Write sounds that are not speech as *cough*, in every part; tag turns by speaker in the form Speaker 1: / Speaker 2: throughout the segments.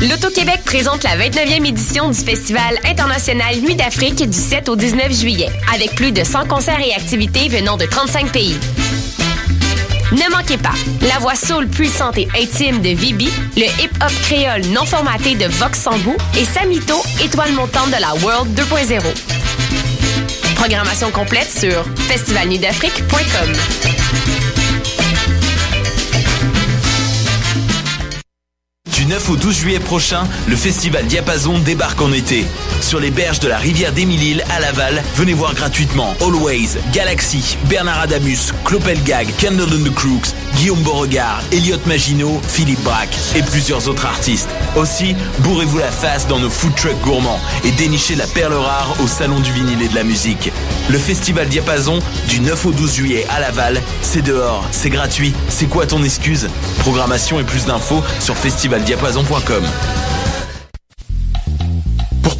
Speaker 1: L'Auto-Québec présente la 29e édition du Festival international Nuit d'Afrique du 7 au 19 juillet, avec plus de 100 concerts et activités venant de 35 pays. Ne manquez pas la voix soul puissante et intime de Vibi, le hip-hop créole non formaté de Vox Sambou et Samito, étoile montante de la World 2.0. Programmation complète sur festivalnuitdafrique.com.
Speaker 2: Du 9 au 12 juillet prochain, le festival Diapason débarque en été. Sur les berges de la rivière d'Émilie-Île à Laval, venez voir gratuitement Always, Galaxy, Bernard Adamus, Clopelgag, Candle and the Crooks, Guillaume Beauregard, Elliot Maginot, Philippe Braque et plusieurs autres artistes. Aussi, bourrez-vous la face dans nos food trucks gourmands et dénichez la perle rare au salon du vinyle et de la musique. Le festival Diapason du 9 au 12 juillet à Laval, c'est dehors, c'est gratuit, c'est quoi ton excuse Programmation et plus d'infos sur festivaldiapason.com.
Speaker 3: Pour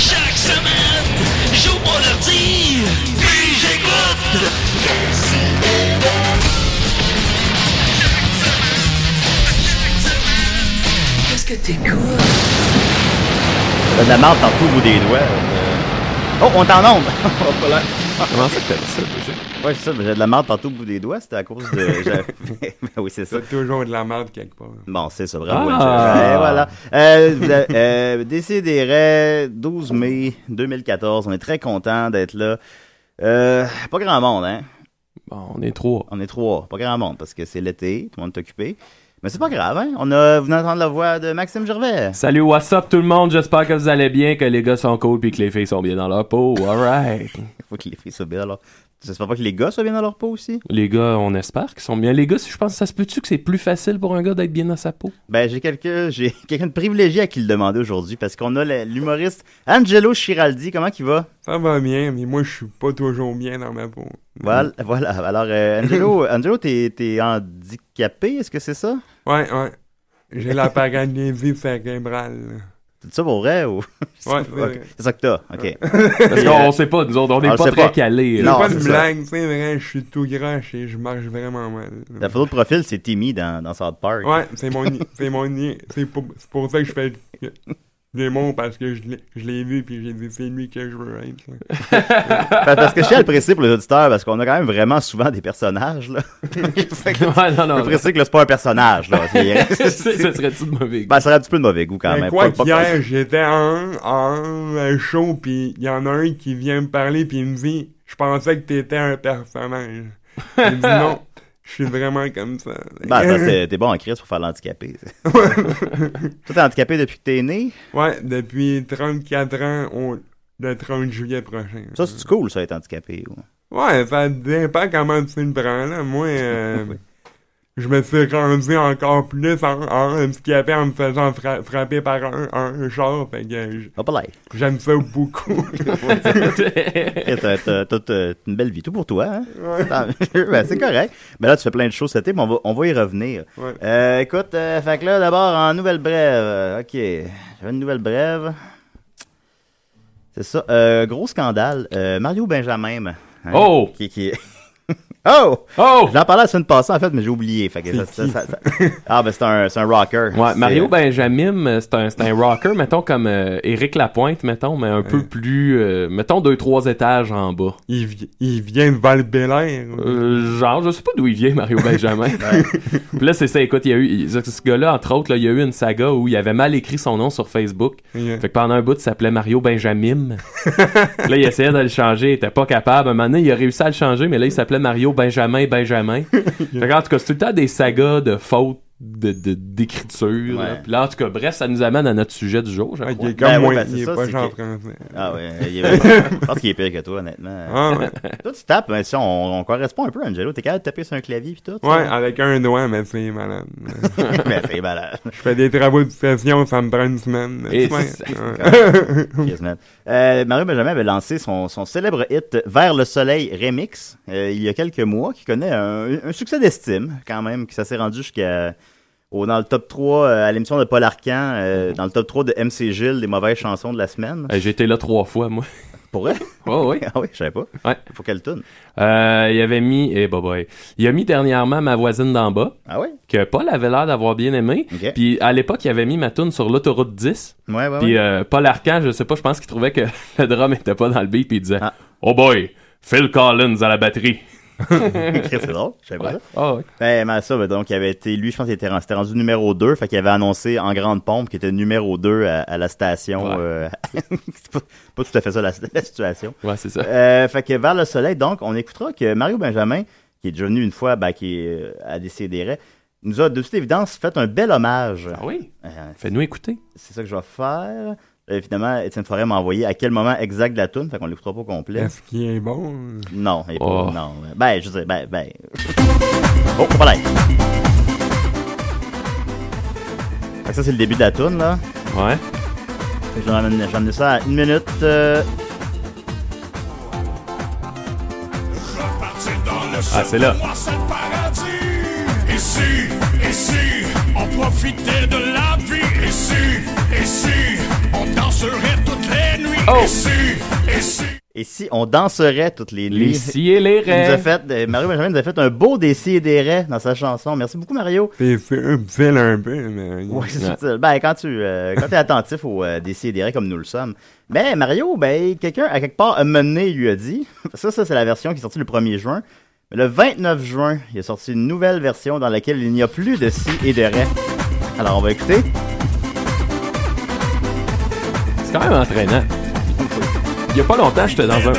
Speaker 4: Chaque semaine, j'ouvre mon ordi, puis j'écoute.
Speaker 5: Qu'est-ce que t'es cool?
Speaker 6: T'as de la marde partout au bout des doigts. euh. Oh, on t'en ombre!
Speaker 7: *laughs* Comment ça que t'as dit ça, déjà?
Speaker 6: Ouais, c'est ça, mais j'ai de la marde partout au bout des doigts, c'était à cause de.
Speaker 7: *laughs*
Speaker 6: j'avais- ben oui, c'est ça.
Speaker 7: T'as toujours de la merde quelque part.
Speaker 6: Bon, c'est ça, bravo.
Speaker 7: Ah!
Speaker 6: Jeff. Et voilà. Euh, vous avez- euh, Décidérez, 12 mai 2014, on est très content d'être là. Euh, pas grand monde, hein?
Speaker 7: Bon, on est trois.
Speaker 6: On est trois, pas grand monde, parce que c'est l'été, tout le monde est occupé. Mais c'est pas grave, hein? On a, vous venez d'entendre la voix de Maxime Gervais.
Speaker 7: Salut, what's up tout le monde? J'espère que vous allez bien, que les gars sont cool puis que les filles sont bien dans leur peau.
Speaker 8: *laughs*
Speaker 7: Alright.
Speaker 6: Faut que les filles soient bien alors. J'espère pas que les gars soient bien dans leur peau aussi.
Speaker 7: les gars, on espère qu'ils sont bien. Les gars, je pense que ça se peut-tu que c'est plus facile pour un gars d'être bien dans sa *laughs* peau?
Speaker 6: Ben, j'ai quelqu'un, j'ai *laughs* quelqu'un de privilégié à qui le demander aujourd'hui parce qu'on a la- l'humoriste Angelo Chiraldi. Comment il va?
Speaker 7: Ça va bien, mais moi, je suis pas toujours bien dans ma peau.
Speaker 6: Voilà. voilà. Alors, euh, Angelo, *laughs* Angelo t'es, t'es handicapé, est-ce que c'est ça?
Speaker 7: Ouais, ouais. J'ai la paralysie cérébrale.
Speaker 6: C'est ça pour vrai ou?
Speaker 7: Ouais,
Speaker 6: Ok,
Speaker 7: c'est vrai.
Speaker 6: c'est *laughs* ça que t'as. OK.
Speaker 7: Parce qu'on sait pas, nous autres, on
Speaker 6: on
Speaker 7: est
Speaker 6: le
Speaker 7: pas
Speaker 6: sait
Speaker 7: très
Speaker 6: pas.
Speaker 7: calés.
Speaker 6: Non,
Speaker 7: là.
Speaker 6: c'est ça.
Speaker 7: c'est vrai, je suis tout grache et je marche vraiment mal.
Speaker 6: La photo de profil, c'est Timmy dans, dans South Park.
Speaker 7: Ouais, c'est mon i- c'est mon i- c'est pour, c'est pour ça que je fais des mots parce que je l'ai- je l'ai vu puis j'ai dit c'est lui que je veux être. là.
Speaker 6: Pa- Parce que je suis à le préciser pour les auditeurs parce qu'on a quand même vraiment souvent des personnages, là. fait que,
Speaker 8: *laughs* Ouais,
Speaker 6: *laughs*
Speaker 8: non,
Speaker 6: je
Speaker 8: non.
Speaker 6: précise que là, c'est pas un personnage, *laughs* là.
Speaker 8: Ça
Speaker 6: C'est-
Speaker 8: serait-tu de mauvais goût?
Speaker 6: ben, ça serait un petit peu de mauvais goût quand
Speaker 7: Mais
Speaker 6: même.
Speaker 7: quoi
Speaker 6: Pas- pas-
Speaker 7: qu'hier j'étais en en euh, show puis il y en a un qui vient me parler puis il me dit je pensais que t'étais un personnage. Il dit non, je suis vraiment comme ça.
Speaker 6: Ben, ça, c'est- t'es bon en crise pour faire l'handicapé. *laughs* Toi, t'es handicapé depuis que t'es né.
Speaker 7: *laughs* ouais, depuis 34 ans au le 30 juillet prochain.
Speaker 6: Ça, c'est cool, ça, être handicapé. ouais.
Speaker 7: Ouais, ça dépend comment tu le prends, là. Moi, euh, je me suis rendu encore plus en, en handicapé en me faisant fra- frapper par un, un char, fait que j-
Speaker 6: Hop là.
Speaker 7: j'aime ça
Speaker 6: *laughs*
Speaker 7: beaucoup. Ben,
Speaker 8: *laughs*
Speaker 6: Et T'as t'as- t'as- t'as une belle vie, tout pour toi. Hein? *laughs* Tant mieux. Ben, c'est correct. Mais là, tu fais plein de choses cet été, mais on va, on va y revenir.
Speaker 7: Ouais.
Speaker 6: Euh, écoute, euh, fait que là, d'abord, en nouvelle brève. euh, OK. J'avais une nouvelle brève. C'est ça. Euh, gros scandale. Euh, Mario Benjamin. hein,
Speaker 8: Oh!
Speaker 6: Qui, qui... *laughs* Oh!
Speaker 8: Oh!
Speaker 6: J'en parlais la semaine passée, en fait, mais j'ai oublié. Fait que ça- ça- ça- ça- Ah, ben c'est un, c'est un rocker.
Speaker 8: Ouais,
Speaker 6: C'est-
Speaker 8: Mario Benjamin, euh, c'est un, c'est un rocker, mettons, comme euh, Éric Lapointe, mettons, mais un peu plus, euh, mettons, deux, trois étages en bas.
Speaker 7: Il, vi- il vient de Val-Bélair.
Speaker 8: Euh, genre, je sais pas d'où il vient, Mario Benjamin. Puis là, c'est ça, écoute, il y a eu, il- ce ce gars-là, entre autres, là, il y a eu une saga où il avait mal écrit son nom sur Facebook.
Speaker 7: Yeah.
Speaker 8: Fait que pendant un bout, il s'appelait Mario Benjamin. là, il essayait de le changer, il était pas capable. Un moment donné, il a réussi à le changer, mais là, il s'appelait Mario Benjamin Benjamin. fait que, en tout cas, c'est tout le temps des sagas de fautes de- de- d'écriture. là.
Speaker 6: Ouais.
Speaker 8: Puis là, en tout cas, bref, ça nous amène à notre sujet du jour, je
Speaker 7: Ah,
Speaker 8: crois.
Speaker 7: il est
Speaker 6: Ben
Speaker 7: comme
Speaker 6: oui,
Speaker 7: moi,
Speaker 6: ben, c'est
Speaker 7: il est
Speaker 6: ça,
Speaker 7: pas
Speaker 6: c'est
Speaker 7: genre
Speaker 6: que-
Speaker 7: français.
Speaker 6: Ah, ouais. il est- Je pense qu'il est pire que toi, honnêtement.
Speaker 7: Ah,
Speaker 8: *laughs*
Speaker 7: ouais.
Speaker 6: Toi, tu tapes, mais si on, on correspond un peu, Angelo. T'es capable de taper sur un clavier pis tout?
Speaker 7: ouais, avec un doigt, mais c'est malade.
Speaker 6: *laughs* mais c'est malade.
Speaker 7: Je fais des travaux de session, ça me prend une semaine.
Speaker 8: Et
Speaker 7: Ouais.
Speaker 6: Quasiment. Euh, Mario Benjamin avait lancé son, son célèbre hit Vers le soleil remix euh, il y a quelques mois, qui connaît un, un succès d'estime, quand même, que ça s'est rendu jusqu'à. au- dans le top 3, euh, à l'émission de Paul Arcan, euh, dans le top 3 de MC Gilles, des mauvaises chansons de la semaine.
Speaker 8: Euh, J'étais là trois fois, moi.
Speaker 6: Pour vrai?
Speaker 8: Oh, oui.
Speaker 6: *laughs* Ah oui, je savais pas.
Speaker 8: Ouais.
Speaker 6: Pour quelle tune?
Speaker 8: Euh, il avait mis, eh, bah, bah, eh. il a mis dernièrement ma voisine d'en bas,
Speaker 6: Ah oui?
Speaker 8: que Paul avait l'air d'avoir bien aimé.
Speaker 6: Ok.
Speaker 8: Puis à l'époque, il avait mis ma tune sur l'autoroute 10.
Speaker 6: Ouais, ouais,
Speaker 8: Puis
Speaker 6: ouais.
Speaker 8: euh, Paul Arcand, je sais pas, je pense qu'il trouvait que *laughs* le drum était pas dans le beat, puis il disait
Speaker 6: Ah.
Speaker 8: Oh boy, Phil Collins à la batterie.
Speaker 6: *laughs* c'est drôle, je savais pas ça.
Speaker 8: Ah euh, ouais.
Speaker 6: Ben, ben, ça, ben, donc, il avait été, lui, je pense qu'il était, c'était rendu numéro 2, fait qu'il avait annoncé en grande pompe qu'il était numéro 2 à, à la station.
Speaker 8: Ouais.
Speaker 6: euh, *laughs* c'est pas, pas tout à fait ça la, *laughs* la situation.
Speaker 8: Ouais, c'est ça.
Speaker 6: Euh, fait que vers le soleil, donc, on écoutera que Mario Benjamin, qui est déjà venu une fois, ben, qui est euh, à Décideret, nous a de toute évidence fait un bel hommage.
Speaker 8: Ah oui,
Speaker 6: Euh,
Speaker 8: fais-nous écouter.
Speaker 6: c'est ça que je vais faire. Euh, finalement, Étienne Forêt m'a envoyé à quel moment exact de la tune, fait qu'on l'écoutera pas au complet.
Speaker 7: Est-ce qu'il est bon?
Speaker 6: Non, il est
Speaker 8: Oh.
Speaker 6: pas, non. Ben, je sais, ben, ben. Oh, voilà. Fait que ça, c'est le début de la tourne, là.
Speaker 8: Ouais.
Speaker 6: Fait que J'ai emmené, j'ai emmené ça à une minute. euh,
Speaker 8: Ah, c'est là. Oh!
Speaker 6: et si on danserait toutes les
Speaker 8: Les
Speaker 6: nuits?
Speaker 8: scies et les
Speaker 6: Il nous a
Speaker 8: raies.
Speaker 6: fait, euh, Mario Benjamin nous a fait un beau décis et des raies dans sa chanson. Merci beaucoup, Mario.
Speaker 7: C'est subtil un peu, mais...
Speaker 6: Ouais, c'est
Speaker 8: Ouais.
Speaker 6: subtil. Ben, quand tu euh, quand es attentif aux euh, décis et des raies comme nous le sommes. Ben, Mario, ben, quelqu'un, à quelque part, a mené, lui a dit. Ça, ça, c'est la version qui est sortie le 1er juin. Mais le 29 juin, il a sorti une nouvelle version dans laquelle il n'y a plus de si et de ré. Alors, on va écouter.
Speaker 8: C'est quand même entraînant. Il y a pas longtemps, j'étais dans un.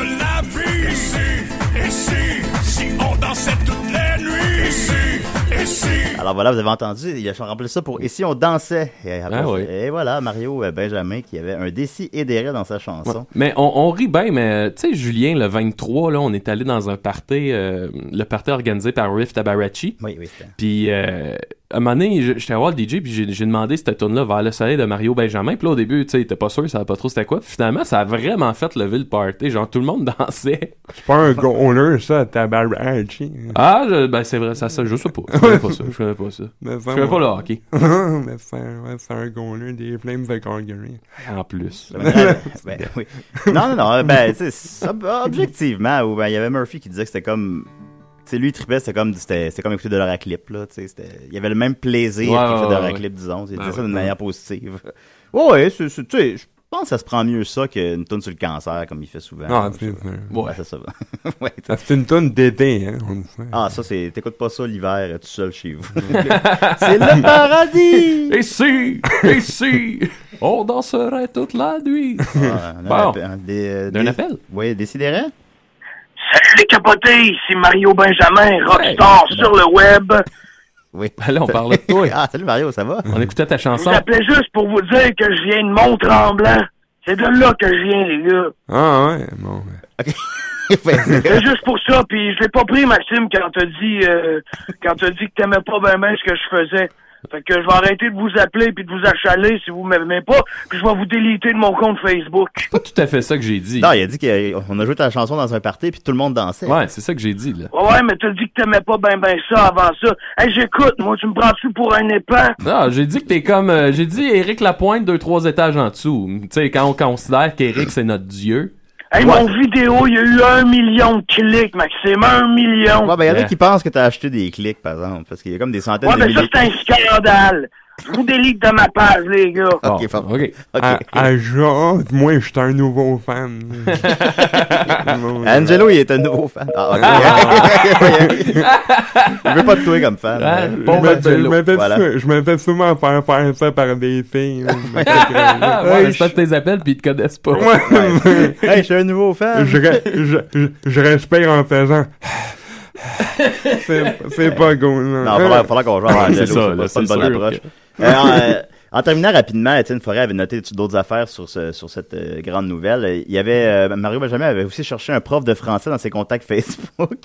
Speaker 6: Alors voilà, vous avez entendu, il a rempli ça pour Et si on dansait? Et, après,
Speaker 8: Ah oui.
Speaker 6: et voilà, Mario euh, Benjamin qui avait un décis et des raies dans sa chanson.
Speaker 8: Mais on, on rit bien, mais tu sais, Julien, le 23, là, on est allé dans un party, euh, le party organisé par Riff Tabarachi.
Speaker 6: Oui, oui, c'était.
Speaker 8: Puis, euh, à un moment donné, je- j'étais voir le DJ, puis j'ai j'ai demandé cette tune-là vers le soleil de Mario Benjamin. Puis là, au début, tu sais, il était pas sûr, il savait pas trop c'était quoi. Puis finalement, ça a vraiment fait lever le party. Genre, tout le monde *laughs* dansait.
Speaker 7: C'est pas un goaler, ça, Tabarachi.
Speaker 8: Ah, je- ben c'est vrai, ça, ça, je sais pas. Je connais pas ça, je connais pas ça.
Speaker 7: Mais
Speaker 8: Je connais pas le hockey,
Speaker 7: *laughs* mais c'est un, ouais, c'est un goaler des Flames de Calgary.
Speaker 8: en plus.
Speaker 6: Ben, euh, ben, oui. Non, non, non, ben, tu sais, ça- objectivement, ou ben, il y avait Murphy qui disait que c'était comme. Tu sais, lui, il tripait, c'était comme, c'était c'était comme écouter de l'oraclip, là. Tu sais, c'était- il y avait le même plaisir
Speaker 8: Ouais,
Speaker 6: qu'il fait
Speaker 8: ouais,
Speaker 6: de
Speaker 8: ouais,
Speaker 6: l'oraclip, disons. Il
Speaker 8: Ben
Speaker 6: disait ça
Speaker 8: ouais.
Speaker 6: d'une manière positive. *laughs* Ouais, ouais, c'est- c'est- tu sais, je pense que ça se prend mieux ça qu'une tourne sur le cancer, comme il fait souvent.
Speaker 7: Ah,
Speaker 6: Ouais,
Speaker 7: c'est ça.
Speaker 6: Ouais, c'est ça. *laughs* ouais, tu sais.
Speaker 7: Ça, C'est une tonne d'été, hein, on le sait.
Speaker 6: Ah, ça, c'est. T'écoutes pas ça l'hiver euh, tout seul chez
Speaker 8: *laughs*
Speaker 6: vous. *laughs* c'est le paradis!
Speaker 8: Et si, et si, on danserait toute la nuit.
Speaker 6: Ah, on a
Speaker 8: Bon.
Speaker 6: un app- un des- euh,
Speaker 8: D'un
Speaker 6: des-
Speaker 8: appel?
Speaker 6: Oui, décidérez?
Speaker 4: Salut les capotés, c'est Mario Benjamin, rockstar sur le web.
Speaker 6: Oui.
Speaker 8: Ben là, on parlait de toi.
Speaker 6: *laughs* Ah, salut Mario, ça va?
Speaker 8: On écoutait ta
Speaker 4: Je
Speaker 8: chanson.
Speaker 4: vous appelais juste pour vous dire que je viens de Mont-Tremblant. C'est de là que je viens, les gars.
Speaker 7: Ah ouais, bon. ouais.
Speaker 4: C'est juste pour ça, puis je l'ai pas pris, Maxime, quand t'as dit, euh, quand t'as dit que t'aimais pas ben ben ce que je faisais. Fait que je vais arrêter de vous appeler puis de vous achaler si vous m'aimez pas, puis je vais vous déliter de mon compte Facebook.
Speaker 8: C'est pas tout à fait ça que j'ai dit.
Speaker 6: Non, il a dit qu'on a joué ta chanson dans un party puis tout le monde dansait.
Speaker 8: Ouais, c'est ça que j'ai dit, là.
Speaker 4: Ouais, ouais, mais t'as dit que t'aimais pas ben ben ça avant ça. Hey, j'écoute, moi, tu me prends-tu pour un épais?
Speaker 8: Non, j'ai dit que t'es comme. euh, j'ai dit Éric Lapointe, deux, trois étages en dessous. Tu sais, quand on considère qu'Éric, c'est notre dieu.
Speaker 4: Hey,
Speaker 6: Ouais.
Speaker 4: mon vidéo, il y a eu un million de clics, Maxime, un million.
Speaker 6: Ouais, ben, y en a
Speaker 8: Ouais.
Speaker 6: qui pensent que t'as acheté des clics, par exemple, parce qu'il y a comme des centaines
Speaker 4: Ouais,
Speaker 6: de
Speaker 4: mais ça,
Speaker 6: milliers.
Speaker 4: c'est un scandale. Je vous délite de ma page, les gars.
Speaker 8: Bon,
Speaker 6: Ok, fort.
Speaker 8: ok. Ah,
Speaker 6: Ok.
Speaker 7: À, à genre, moi, je suis un nouveau
Speaker 8: *laughs*
Speaker 7: fan. Mon Dieu.
Speaker 6: Angelo, il est un nouveau fan. Ah, ok. *laughs* Il veut pas te tuer comme fan.
Speaker 8: Ah,
Speaker 6: Ouais.
Speaker 7: Je
Speaker 8: pauvre
Speaker 7: me fais- je
Speaker 8: Angelo.
Speaker 7: me fais
Speaker 6: Voilà.
Speaker 7: sou- je me fais souvent faire faire ça par des filles.
Speaker 8: *laughs*
Speaker 7: là. Je me fais
Speaker 8: Ah,
Speaker 7: que-
Speaker 8: ouais,
Speaker 7: Hey,
Speaker 8: mais c'est parce que t'es appelles puis ils te connaissent pas.
Speaker 7: Ouais.
Speaker 6: Hey, je suis un nouveau fan.
Speaker 7: je, re- je- je- je respire en faisant. c'est c'est pas cool. là.
Speaker 6: Non, il va falloir qu'on joue à
Speaker 8: Ouais,
Speaker 6: Angelo.
Speaker 8: c'est ça,
Speaker 6: C'est
Speaker 8: là,
Speaker 6: pas- c'est pas une
Speaker 8: c'est
Speaker 6: bonne
Speaker 8: sûr
Speaker 6: approche. Euh, en, euh, en terminant rapidement, Étienne Forêt avait noté d'autres affaires sur, ce- sur cette euh, grande nouvelle. Euh, Il y avait, euh, Mario Benjamin avait aussi cherché un prof de français dans ses contacts *laughs* Facebook.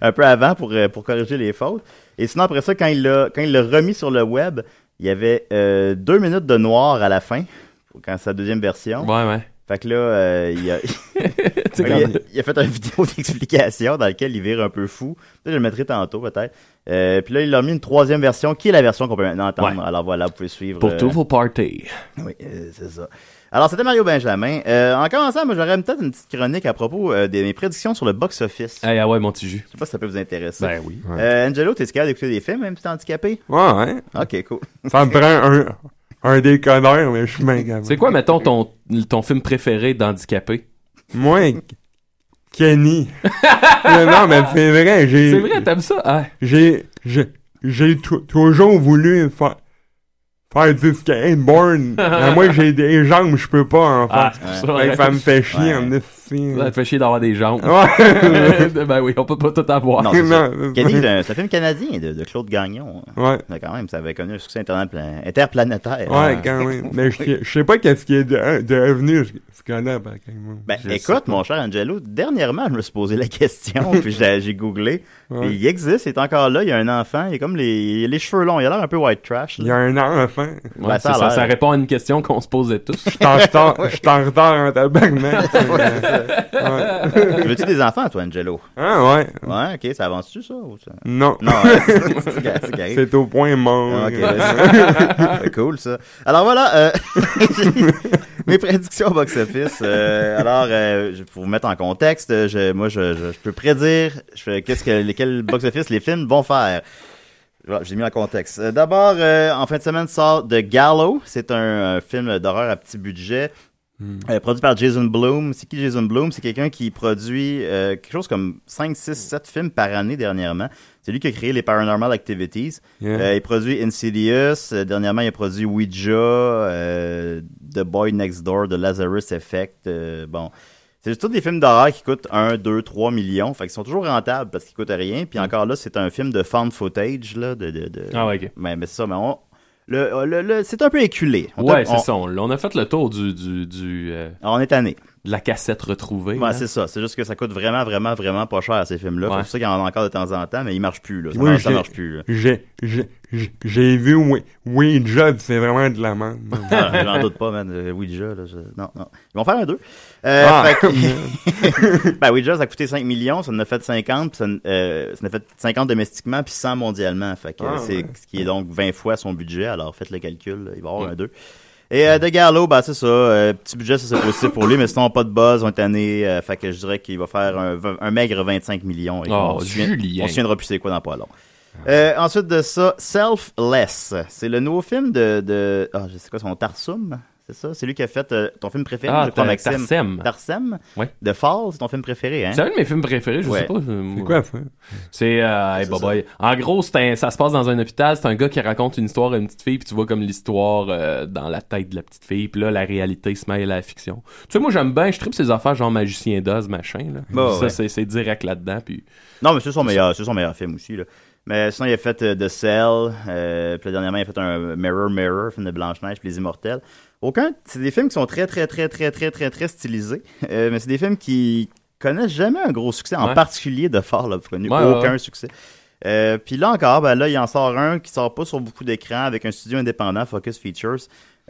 Speaker 6: un peu avant pour, euh, pour corriger les fautes. Et sinon, après ça, quand il l'a quand il l'a remis sur le web, il y avait euh, deux minutes de noir à la fin, pour- quand sa deuxième version.
Speaker 8: Ouais, ouais. *laughs*
Speaker 6: Fait que là, euh, il, a,
Speaker 8: Tu sais,
Speaker 6: Ouais,
Speaker 8: quand-
Speaker 6: il, a, il a fait une *laughs* vidéo d'explication dans laquelle il vire un peu fou. Peut-être que je le mettrai tantôt, peut-être. Euh, puis là, il a mis une troisième version, qui est la version qu'on peut maintenant entendre.
Speaker 8: Ouais.
Speaker 6: Alors voilà, vous pouvez suivre.
Speaker 8: Pour
Speaker 6: euh,
Speaker 8: tous vos parties.
Speaker 6: Oui, euh, c'est ça. Alors, c'était Mario Benjamin. Euh, en commençant, moi, j'aurais peut-être une petite chronique à propos euh, de mes prédictions sur le box-office.
Speaker 8: Hey, ah ouais, mon petit jus.
Speaker 6: Je sais pas si ça peut vous intéresser.
Speaker 8: Ben oui.
Speaker 6: Euh, Angelo, t'es capable d'écouter des films, même si t'es handicapé?
Speaker 7: Ouais, ouais.
Speaker 6: Ok, cool.
Speaker 7: Ça me prend un, un décodeur, mais je suis bien capable.
Speaker 8: C'est quoi, mettons, ton, ton film préféré d'handicapé?
Speaker 7: Moi, K- Kenny. non, non, mais c'est vrai, j'ai.
Speaker 8: C'est vrai, t'aimes ça? Ah,
Speaker 7: J'ai. J'ai. J'ai tou- toujours voulu fa- faire du
Speaker 6: *laughs*
Speaker 7: skateboard. Mais moi, j'ai des jambes, je peux pas en faire.
Speaker 8: ah c'est pour ça.
Speaker 7: Fait que ça me fait chier
Speaker 6: Ouais.
Speaker 7: en esti.
Speaker 8: Ça te fait chier d'avoir des jambes.
Speaker 7: Ouais. *laughs*
Speaker 8: *laughs* ben oui, on peut pas tout avoir.
Speaker 6: Non, c'est ça.
Speaker 7: Non,
Speaker 6: Kenny, c'est un, c'est un film canadien de, de Claude Gagnon.
Speaker 7: Ouais.
Speaker 6: Mais Quand même, ça avait connu un succès interna- interplanétaire.
Speaker 7: Ouais, quand même. Mais je je sais pas qu'est-ce qui est de- devenu ce- ce qu'on a, par exemple.
Speaker 6: Ben,
Speaker 7: Je sais
Speaker 6: écoute,
Speaker 7: pas.
Speaker 6: mon cher Angelo, dernièrement, je me suis posé la
Speaker 7: *laughs*
Speaker 6: question, puis j'ai j'ai googlé.
Speaker 7: Ouais.
Speaker 6: Puis Il existe, il est encore là, il y a un enfant, il a comme les, il a les cheveux longs, il a l'air un peu white trash.
Speaker 7: Il
Speaker 6: là.
Speaker 7: y a un enfant.
Speaker 8: Ouais,
Speaker 6: Ben, ça
Speaker 8: c'est
Speaker 6: a
Speaker 8: ça,
Speaker 6: l'air.
Speaker 8: ça répond à une question qu'on se posait tous.
Speaker 7: Je suis
Speaker 6: *laughs*
Speaker 7: en retard- je suis en retard en tabarnak. c'est- Ouais.
Speaker 6: Veux-tu des enfants, toi, Angelo?
Speaker 7: Ah, ouais.
Speaker 6: Ouais, ok, ça avance-tu, ça? ou
Speaker 7: *laughs*
Speaker 6: ça?
Speaker 7: Non.
Speaker 6: Non, hein, c'est c'est- c'est carré.
Speaker 7: C'est euh. au point mort.
Speaker 6: Ah, ok, ouais, c'est cool ça. Alors voilà, euh, *laughs* mes prédictions au box-office. Euh, alors, euh, je- pour vous mettre en contexte, euh, je, moi, je, je, je peux prédire je fais qu'est-ce que lesquels box-office les films vont faire. Voilà, J'ai mis en contexte. Euh, D'abord, euh, en fin de semaine sort The Gallo. C'est un, un film d'horreur à petit budget. euh, produit par Jason Bloom. C'est qui Jason Bloom? C'est quelqu'un qui produit euh, quelque chose comme 5, 6, 7 films par année dernièrement. C'est lui qui a créé les Paranormal Activities.
Speaker 7: Yeah.
Speaker 6: Euh, il produit Insidious. Euh, dernièrement, il a produit Ouija, euh, The Boy Next Door, The Lazarus Effect. euh, bon. C'est tous des films d'horreur qui coûtent 1, 2, 3 millions. Fait qu'ils sont toujours rentables parce qu'ils coûtent rien. Puis encore là, c'est un film de found footage. Là, de, de, de-
Speaker 8: Mm. Ah ouais, ok.
Speaker 6: Mais, mais c'est ça, mais on- le- le- le- c'est un peu éculé. On
Speaker 8: Ouais,
Speaker 6: t'a- on-
Speaker 8: c'est ça. On, l'a- on a fait le tour du, du, du, euh,
Speaker 6: On est tanné.
Speaker 8: de la cassette retrouvée.
Speaker 6: Ouais,
Speaker 8: là.
Speaker 6: c'est ça. C'est juste que ça coûte vraiment, vraiment, vraiment pas cher ces films-là.
Speaker 8: Ouais.
Speaker 6: C'est pour ça qu'il y en a encore de temps en temps, mais ils marchent plus. Là. Ça,
Speaker 7: Oui,
Speaker 6: marche, ça
Speaker 7: j'ai-
Speaker 6: marche plus. là.
Speaker 7: J'ai, j'ai, j'ai- j'ai vu Oui, oui Job, c'est vraiment de la merde.
Speaker 6: Ah, J'en doute pas, man. Euh, Ouija, là, je- non, non. Ils vont faire un 2. Euh,
Speaker 7: Ah.
Speaker 6: fait
Speaker 7: *laughs*
Speaker 6: que- ben, Ouija, ça a coûté 5 millions, ça en a fait 50, puis ça, en- euh, ça en a fait 50 domestiquement, puis 100 mondialement. Fait que,
Speaker 7: Ah,
Speaker 6: euh, c'est
Speaker 7: ouais.
Speaker 6: ce qui est donc 20 fois son budget. Alors, faites le calcul, là, il va y avoir un 2. Et euh, De Gallo, ben, c'est ça. euh, petit budget, ça c'est possible pour lui, mais sinon, pas de buzz, on est tanné. euh, fait que je dirais qu'il va faire un, v- un maigre 25 millions. Et
Speaker 7: Ah,
Speaker 8: Oh,
Speaker 6: on, se souvient-
Speaker 8: Julien.
Speaker 6: on se souviendra plus c'est quoi dans pas long. Euh, ensuite de ça, Selfless. C'est le nouveau film de. de ah, je sais quoi, son Tarsum. C'est ça? C'est lui qui a fait euh, ton film préféré,
Speaker 8: Ah,
Speaker 6: je crois,
Speaker 8: Tar-
Speaker 6: Maxime.
Speaker 8: Tarsem.
Speaker 6: Tarsem?
Speaker 8: Ouais.
Speaker 6: De Fall, c'est ton film préféré, hein?
Speaker 8: C'est un de mes films préférés, je
Speaker 6: Ouais.
Speaker 8: sais pas. euh,
Speaker 7: C'est quoi ça?
Speaker 8: C'est euh, hey,
Speaker 6: C'est
Speaker 8: bye
Speaker 6: ça.
Speaker 8: bye. En gros, c'est un- ça se passe dans un hôpital, c'est un gars qui raconte une histoire à une petite fille, puis tu vois comme l'histoire euh, dans la tête de la petite fille, puis là la réalité se mêle à la fiction. Tu sais moi j'aime bien, je tripe ces affaires genre magicien d'Oz machin là.
Speaker 6: Bah,
Speaker 8: ça
Speaker 6: ouais.
Speaker 8: c'est c'est direct là-dedans puis
Speaker 6: Non, mais c'est son, meilleur, c'est son meilleur film aussi, là. Mais sinon, il a fait euh, The Cell. Euh, puis là, dernièrement, il a fait un Mirror Mirror, film de Blanche-Neige, puis Les Immortels. Aucun. C'est des films qui sont très, très, très, très, très, très, très stylisés. *laughs* Euh, mais c'est des films qui connaissent jamais un gros succès, en
Speaker 8: Ouais.
Speaker 6: particulier de Fall, là, connu
Speaker 8: Ouais, ouais,
Speaker 6: aucun
Speaker 8: ouais.
Speaker 6: succès. Euh, puis là encore, ben là, il en sort un qui sort pas sur beaucoup d'écrans avec un studio indépendant, Focus Features.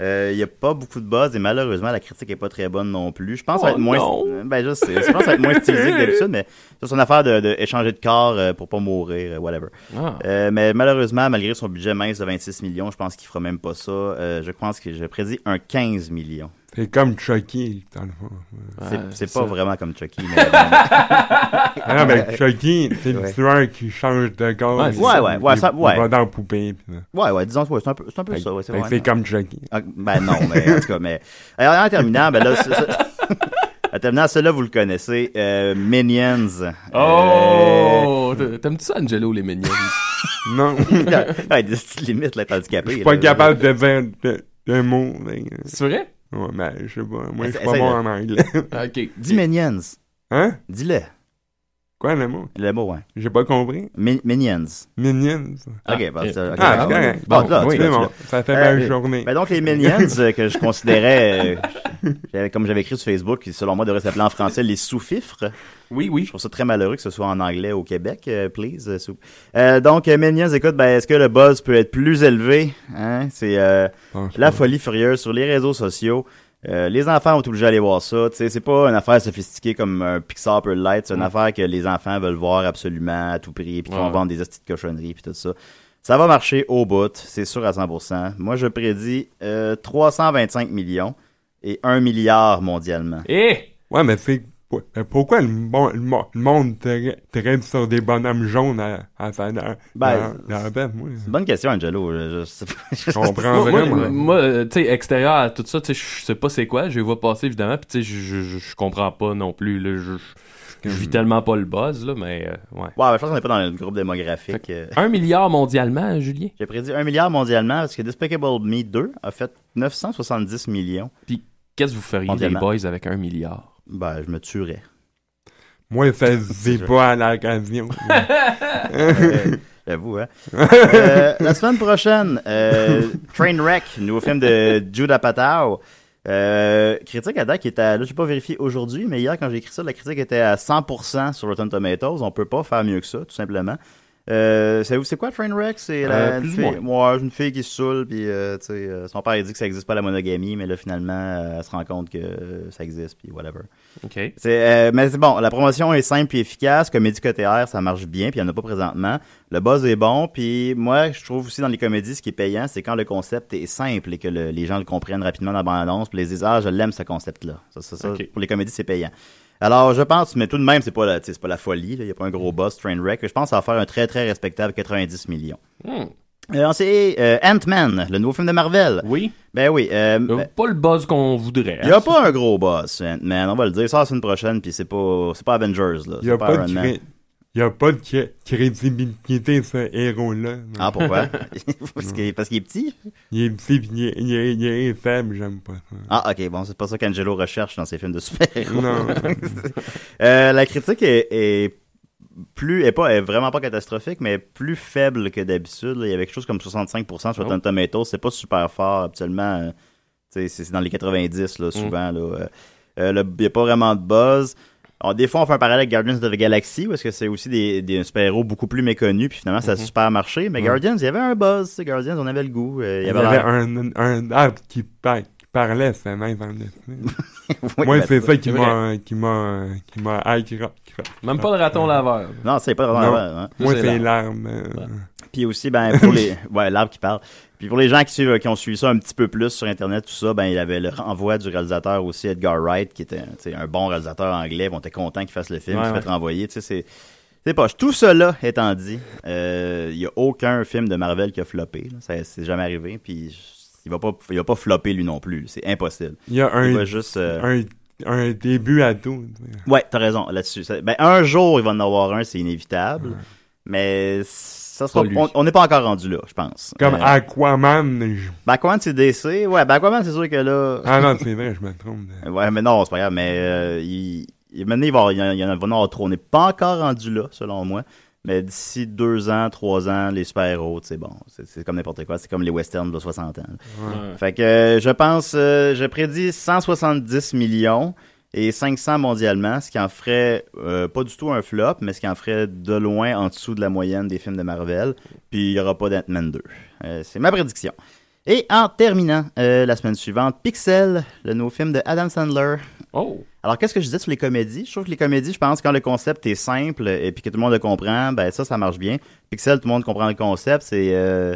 Speaker 6: Euh, Il n'y a pas beaucoup de buzz et malheureusement, la critique est pas très bonne non plus. Je pense que ça va
Speaker 8: Oh
Speaker 6: être moins.
Speaker 8: non.
Speaker 6: euh, Ben, je sais. Je pense que ça va être moins stylisé que d'habitude, mais ça, c'est une affaire de, de échanger de corps euh, pour pas mourir, euh, whatever.
Speaker 8: Ah.
Speaker 6: Euh, mais malheureusement, malgré son budget mince de 26 millions, je pense qu'il fera même pas ça. Euh, je pense que je prédis un 15 millions.
Speaker 7: C'est comme Chucky, dans le fond.
Speaker 6: C'est-
Speaker 8: Ouais,
Speaker 6: c'est
Speaker 8: ça.
Speaker 6: pas vraiment comme Chucky, mais. euh,
Speaker 7: Ah, ben, Chucky, c'est le
Speaker 6: Ouais.
Speaker 7: tueur qui change de corps.
Speaker 8: Ouais,
Speaker 7: puis
Speaker 6: ouais,
Speaker 7: il-
Speaker 6: ouais, ouais,
Speaker 7: il-
Speaker 6: ça- ouais.
Speaker 7: Il va dans la poupée. puis là.
Speaker 6: ouais, ouais, disons, ouais, c'est un peu, c'est un peu
Speaker 7: Fait-
Speaker 6: ça. Ouais, c'est
Speaker 7: fait que
Speaker 6: vrai.
Speaker 7: c'est comme Chucky.
Speaker 6: Ah, ben non, mais en tout cas, mais. Alors, en terminant, ben là, c'est- c'est- *laughs* en terminant, celui-là, vous le connaissez. euh, Minions. *laughs*
Speaker 8: Oh! T'a- T'aimes-tu ça, Angelo, les mignons?
Speaker 7: Non, je
Speaker 6: Euh, ouais, des petites limites, là, être handicapé.
Speaker 7: suis
Speaker 6: là.
Speaker 7: *laughs* pas capable de dire de, de mots. mais, euh,
Speaker 8: C'est vrai?
Speaker 7: Ouais, ben, je sais pas. Moi, je suis
Speaker 6: Essaye-
Speaker 7: pas
Speaker 6: essaye
Speaker 7: bon
Speaker 6: de-
Speaker 7: en anglais. *laughs*
Speaker 8: Ok.
Speaker 6: Dis Minions.
Speaker 7: Hein?
Speaker 6: Dis-le.
Speaker 7: Quoi, le mot?
Speaker 6: Le mot, ouais.
Speaker 7: J'ai pas compris.
Speaker 6: Mi- Minions.
Speaker 7: Minions.
Speaker 8: Ah,
Speaker 6: ok, bah,
Speaker 8: eh.
Speaker 6: ça- ok,
Speaker 7: Ah,
Speaker 6: bah,
Speaker 7: c'est correct.
Speaker 6: bon, là,
Speaker 8: Bon,
Speaker 6: tu
Speaker 8: oui,
Speaker 6: l'as,
Speaker 7: C'est
Speaker 6: tu l'as.
Speaker 7: bon, ça fait
Speaker 6: Euh,
Speaker 7: belle
Speaker 6: oui.
Speaker 7: journée.
Speaker 6: Ben donc les Minions euh, que je considérais, euh, j'avais- comme j'avais écrit sur Facebook, qui selon moi devraient s'appeler en français les sous-fifres.
Speaker 8: Oui,
Speaker 6: Je
Speaker 8: oui.
Speaker 6: trouve ça très malheureux que ce soit en anglais au Québec, euh, please. euh, sous- Euh, donc euh, Minions, écoute, ben, est-ce que le buzz peut être plus élevé hein? C'est euh,
Speaker 7: Bon, je-
Speaker 6: la folie furieuse sur les réseaux sociaux. Euh, les enfants ont été obligés d'aller voir ça. tu sais, C'est pas une affaire sophistiquée comme un Pixar Pearl Light. C'est une affaire que les enfants veulent voir absolument à tout prix. Puis qu'on
Speaker 8: Ouais.
Speaker 6: vend des hosties de cochonneries. Puis tout ça. Ça va marcher au bout. C'est sûr à 100%. Moi, je prédis euh, 325 millions et 1 milliard mondialement.
Speaker 8: Eh!
Speaker 7: Ouais, mais c'est. pour- mais Pourquoi le, mon- le mon- le monde tra- traîne sur des bonhommes jaunes à, à sa dans,
Speaker 6: Ben,
Speaker 7: dans- dans la bête, moi?
Speaker 6: C'est une bonne question, Angelo. Je, je sais pas. *laughs*
Speaker 7: Je comprends
Speaker 8: Moi, moi,
Speaker 7: vraiment.
Speaker 8: moi, euh, tu sais, extérieur à tout ça, tu sais, je sais pas c'est quoi, je les vois passer évidemment, puis tu sais, je- je je comprends pas non plus, là, je je vis tellement pas le buzz, là, mais euh, ouais.
Speaker 6: Ouais, ben, je pense qu'on n'est pas dans le groupe démographique. euh.
Speaker 8: Un milliard mondialement, Julien?
Speaker 6: J'ai prédit 1 milliard mondialement parce que Despicable Me 2 a fait 970 millions.
Speaker 8: Qu'est-ce que vous feriez, les
Speaker 6: Mondialement.
Speaker 8: boys, avec un milliard?
Speaker 6: Ben, je me tuerais.
Speaker 7: Moi, ça se dit pas à l'occasion.
Speaker 6: Euh, *laughs* J'avoue, hein. Euh, la semaine prochaine, euh, Trainwreck, nouveau film de Jude Apatow. Euh, critique à date qui est à, là, j'ai pas vérifié aujourd'hui, mais hier quand j'ai écrit ça, la critique était à 100% sur Rotten Tomatoes. On peut pas faire mieux que ça, tout simplement. Euh, savez-vous c'est quoi Trainwreck? C'est la,
Speaker 8: Euh,
Speaker 6: une
Speaker 8: plus ou
Speaker 6: fille,
Speaker 8: moins.
Speaker 6: moi, une fille qui se saoule, puis euh, tu sais, euh, son père il dit que ça existe pas la monogamie, mais là finalement euh, elle se rend compte que euh, ça existe, puis whatever.
Speaker 8: OK.
Speaker 6: C'est, euh, mais c'est bon, la promotion est simple et efficace. Comédie côté R, ça marche bien, puis il n'y en a pas présentement. Le buzz est bon, puis moi, je trouve aussi dans les comédies, ce qui est payant, c'est quand le concept est simple et que le- les gens le comprennent rapidement dans la bande-annonce, puis les disent « Ah, je l'aime, ce concept-là. » Ça, ça, ça,
Speaker 8: Ok.
Speaker 6: Pour les comédies, c'est payant. Alors, je pense, mais tout de même, c'est pas la, tu sais, c'est pas la folie, là, il n'y a pas un gros buzz, Trainwreck. Je pense que ça va faire un très, très respectable 90 millions.
Speaker 8: Hmm.
Speaker 6: Euh, c'est euh, Ant-Man, le nouveau film de Marvel.
Speaker 8: Oui.
Speaker 6: Ben oui, euh,
Speaker 8: Euh, Pas le buzz qu'on voudrait. hein,
Speaker 6: il n'y a pas un gros boss, Ant-Man. On va le dire. Ça, c'est une prochaine, puis c'est pas, c'est pas Avengers, là.
Speaker 7: Il y a
Speaker 6: C'est
Speaker 7: pas
Speaker 6: Iron
Speaker 7: de
Speaker 6: Man.
Speaker 7: cré- y a pas de cré- crédibilité, ce héros-là.
Speaker 6: Ah, pourquoi?
Speaker 7: *laughs*
Speaker 6: *laughs* parce qu'il parce qu'il est petit?
Speaker 7: Il est petit pis il est, il est- il est faible, j'aime pas ça.
Speaker 6: Ah, ok, bon, c'est pas ça qu'Angelo recherche dans ses films de super-héros.
Speaker 7: Non.
Speaker 6: Euh, la critique est, est plus, est pas, est vraiment pas catastrophique, mais plus faible que d'habitude. là. Il y avait quelque chose comme 65% sur Rotten Tomatoes. C'est pas super fort, habituellement. euh, tu sais, c'est c'est dans les 90, là, souvent, là. euh, euh, le- Il n'y a pas vraiment de buzz. Alors, des fois, on fait un parallèle avec Guardians of the Galaxy, parce que c'est aussi des, des super-héros beaucoup plus méconnus, puis finalement, ça a super marché. Mais Guardians, il y avait un buzz, tu sais, Guardians, on avait le goût. euh, Mm. il y avait, l'air- *laughs*
Speaker 7: un, un arbre qui, par- qui parlait, c'est même dans le film.
Speaker 6: Oui,
Speaker 7: Moi,
Speaker 6: ben,
Speaker 7: c'est ça qui
Speaker 8: c'est
Speaker 7: m'a, qui m'a, qui m'a, ah, qui ra- qui ra-
Speaker 8: Même pas le raton
Speaker 6: Ah.
Speaker 8: laveur.
Speaker 6: Non, c'est pas vraiment
Speaker 7: Non.
Speaker 6: avant, hein.
Speaker 7: Moi,
Speaker 8: c'est
Speaker 7: c'est
Speaker 8: l'arbre.
Speaker 7: l'arme. euh,
Speaker 6: Puis aussi, ben, pour
Speaker 8: *laughs*
Speaker 6: les. Ouais, l'arbre qui parle. Puis pour les gens qui, suivent, qui ont suivi ça un petit peu plus sur Internet, tout ça, ben, il avait le renvoi du réalisateur aussi, Edgar Wright, qui était tu sais, un bon réalisateur anglais. Puis On était content qu'il fasse le film,
Speaker 8: Ouais,
Speaker 6: qu'il se
Speaker 8: ouais.
Speaker 6: fait renvoyer. Tu sais, c'est. C'est poche. Tout cela étant dit, euh, il y a aucun film de Marvel qui a floppé. là. Ça, c'est jamais arrivé. Puis je- il va pas, il va pas flopper lui non plus. C'est impossible.
Speaker 7: Il y a
Speaker 6: Il
Speaker 7: un,
Speaker 6: va juste. euh,
Speaker 7: un, un début à tout.
Speaker 6: Ouais, t'as raison là-dessus. Ça- Ben, un jour, il va en avoir un, c'est inévitable. Mais ça sera,
Speaker 8: Pas lui.
Speaker 6: on on n'est pas encore rendu là, je pense.
Speaker 7: Comme
Speaker 6: Euh,
Speaker 7: Aquaman.
Speaker 6: *laughs*
Speaker 7: je-
Speaker 6: Ben, Aquaman, c'est DC. Ouais, ben, Aquaman, c'est sûr que là.
Speaker 7: Ah non, c'est vrai, je me trompe.
Speaker 6: Ouais, mais non, c'est pas grave, mais euh, il, il, maintenant, il va y avoir- il y en- il y en a vraiment trop. On n'est pas encore rendu là, selon moi. Mais d'ici deux ans, trois ans, les super-héros, c'est bon. C'est c'est comme n'importe quoi. C'est comme les westerns de 60 ans.
Speaker 8: Ouais.
Speaker 6: Fait que euh, je pense, euh, je prédis 170 millions et 500 mondialement, ce qui en ferait euh, pas du tout un flop, mais ce qui en ferait de loin en dessous de la moyenne des films de Marvel. Puis il n'y aura pas d'Ant-Man 2. Euh, c'est ma prédiction. Et en terminant, euh, la semaine suivante, Pixel, le nouveau film de Adam Sandler.
Speaker 8: Oh!
Speaker 6: Alors, qu'est-ce que je disais sur les comédies? Je trouve que les comédies, je pense, quand le concept est simple et puis que tout le monde le comprend, ben ça, ça marche bien. Pixel, tout le monde comprend le concept, c'est euh,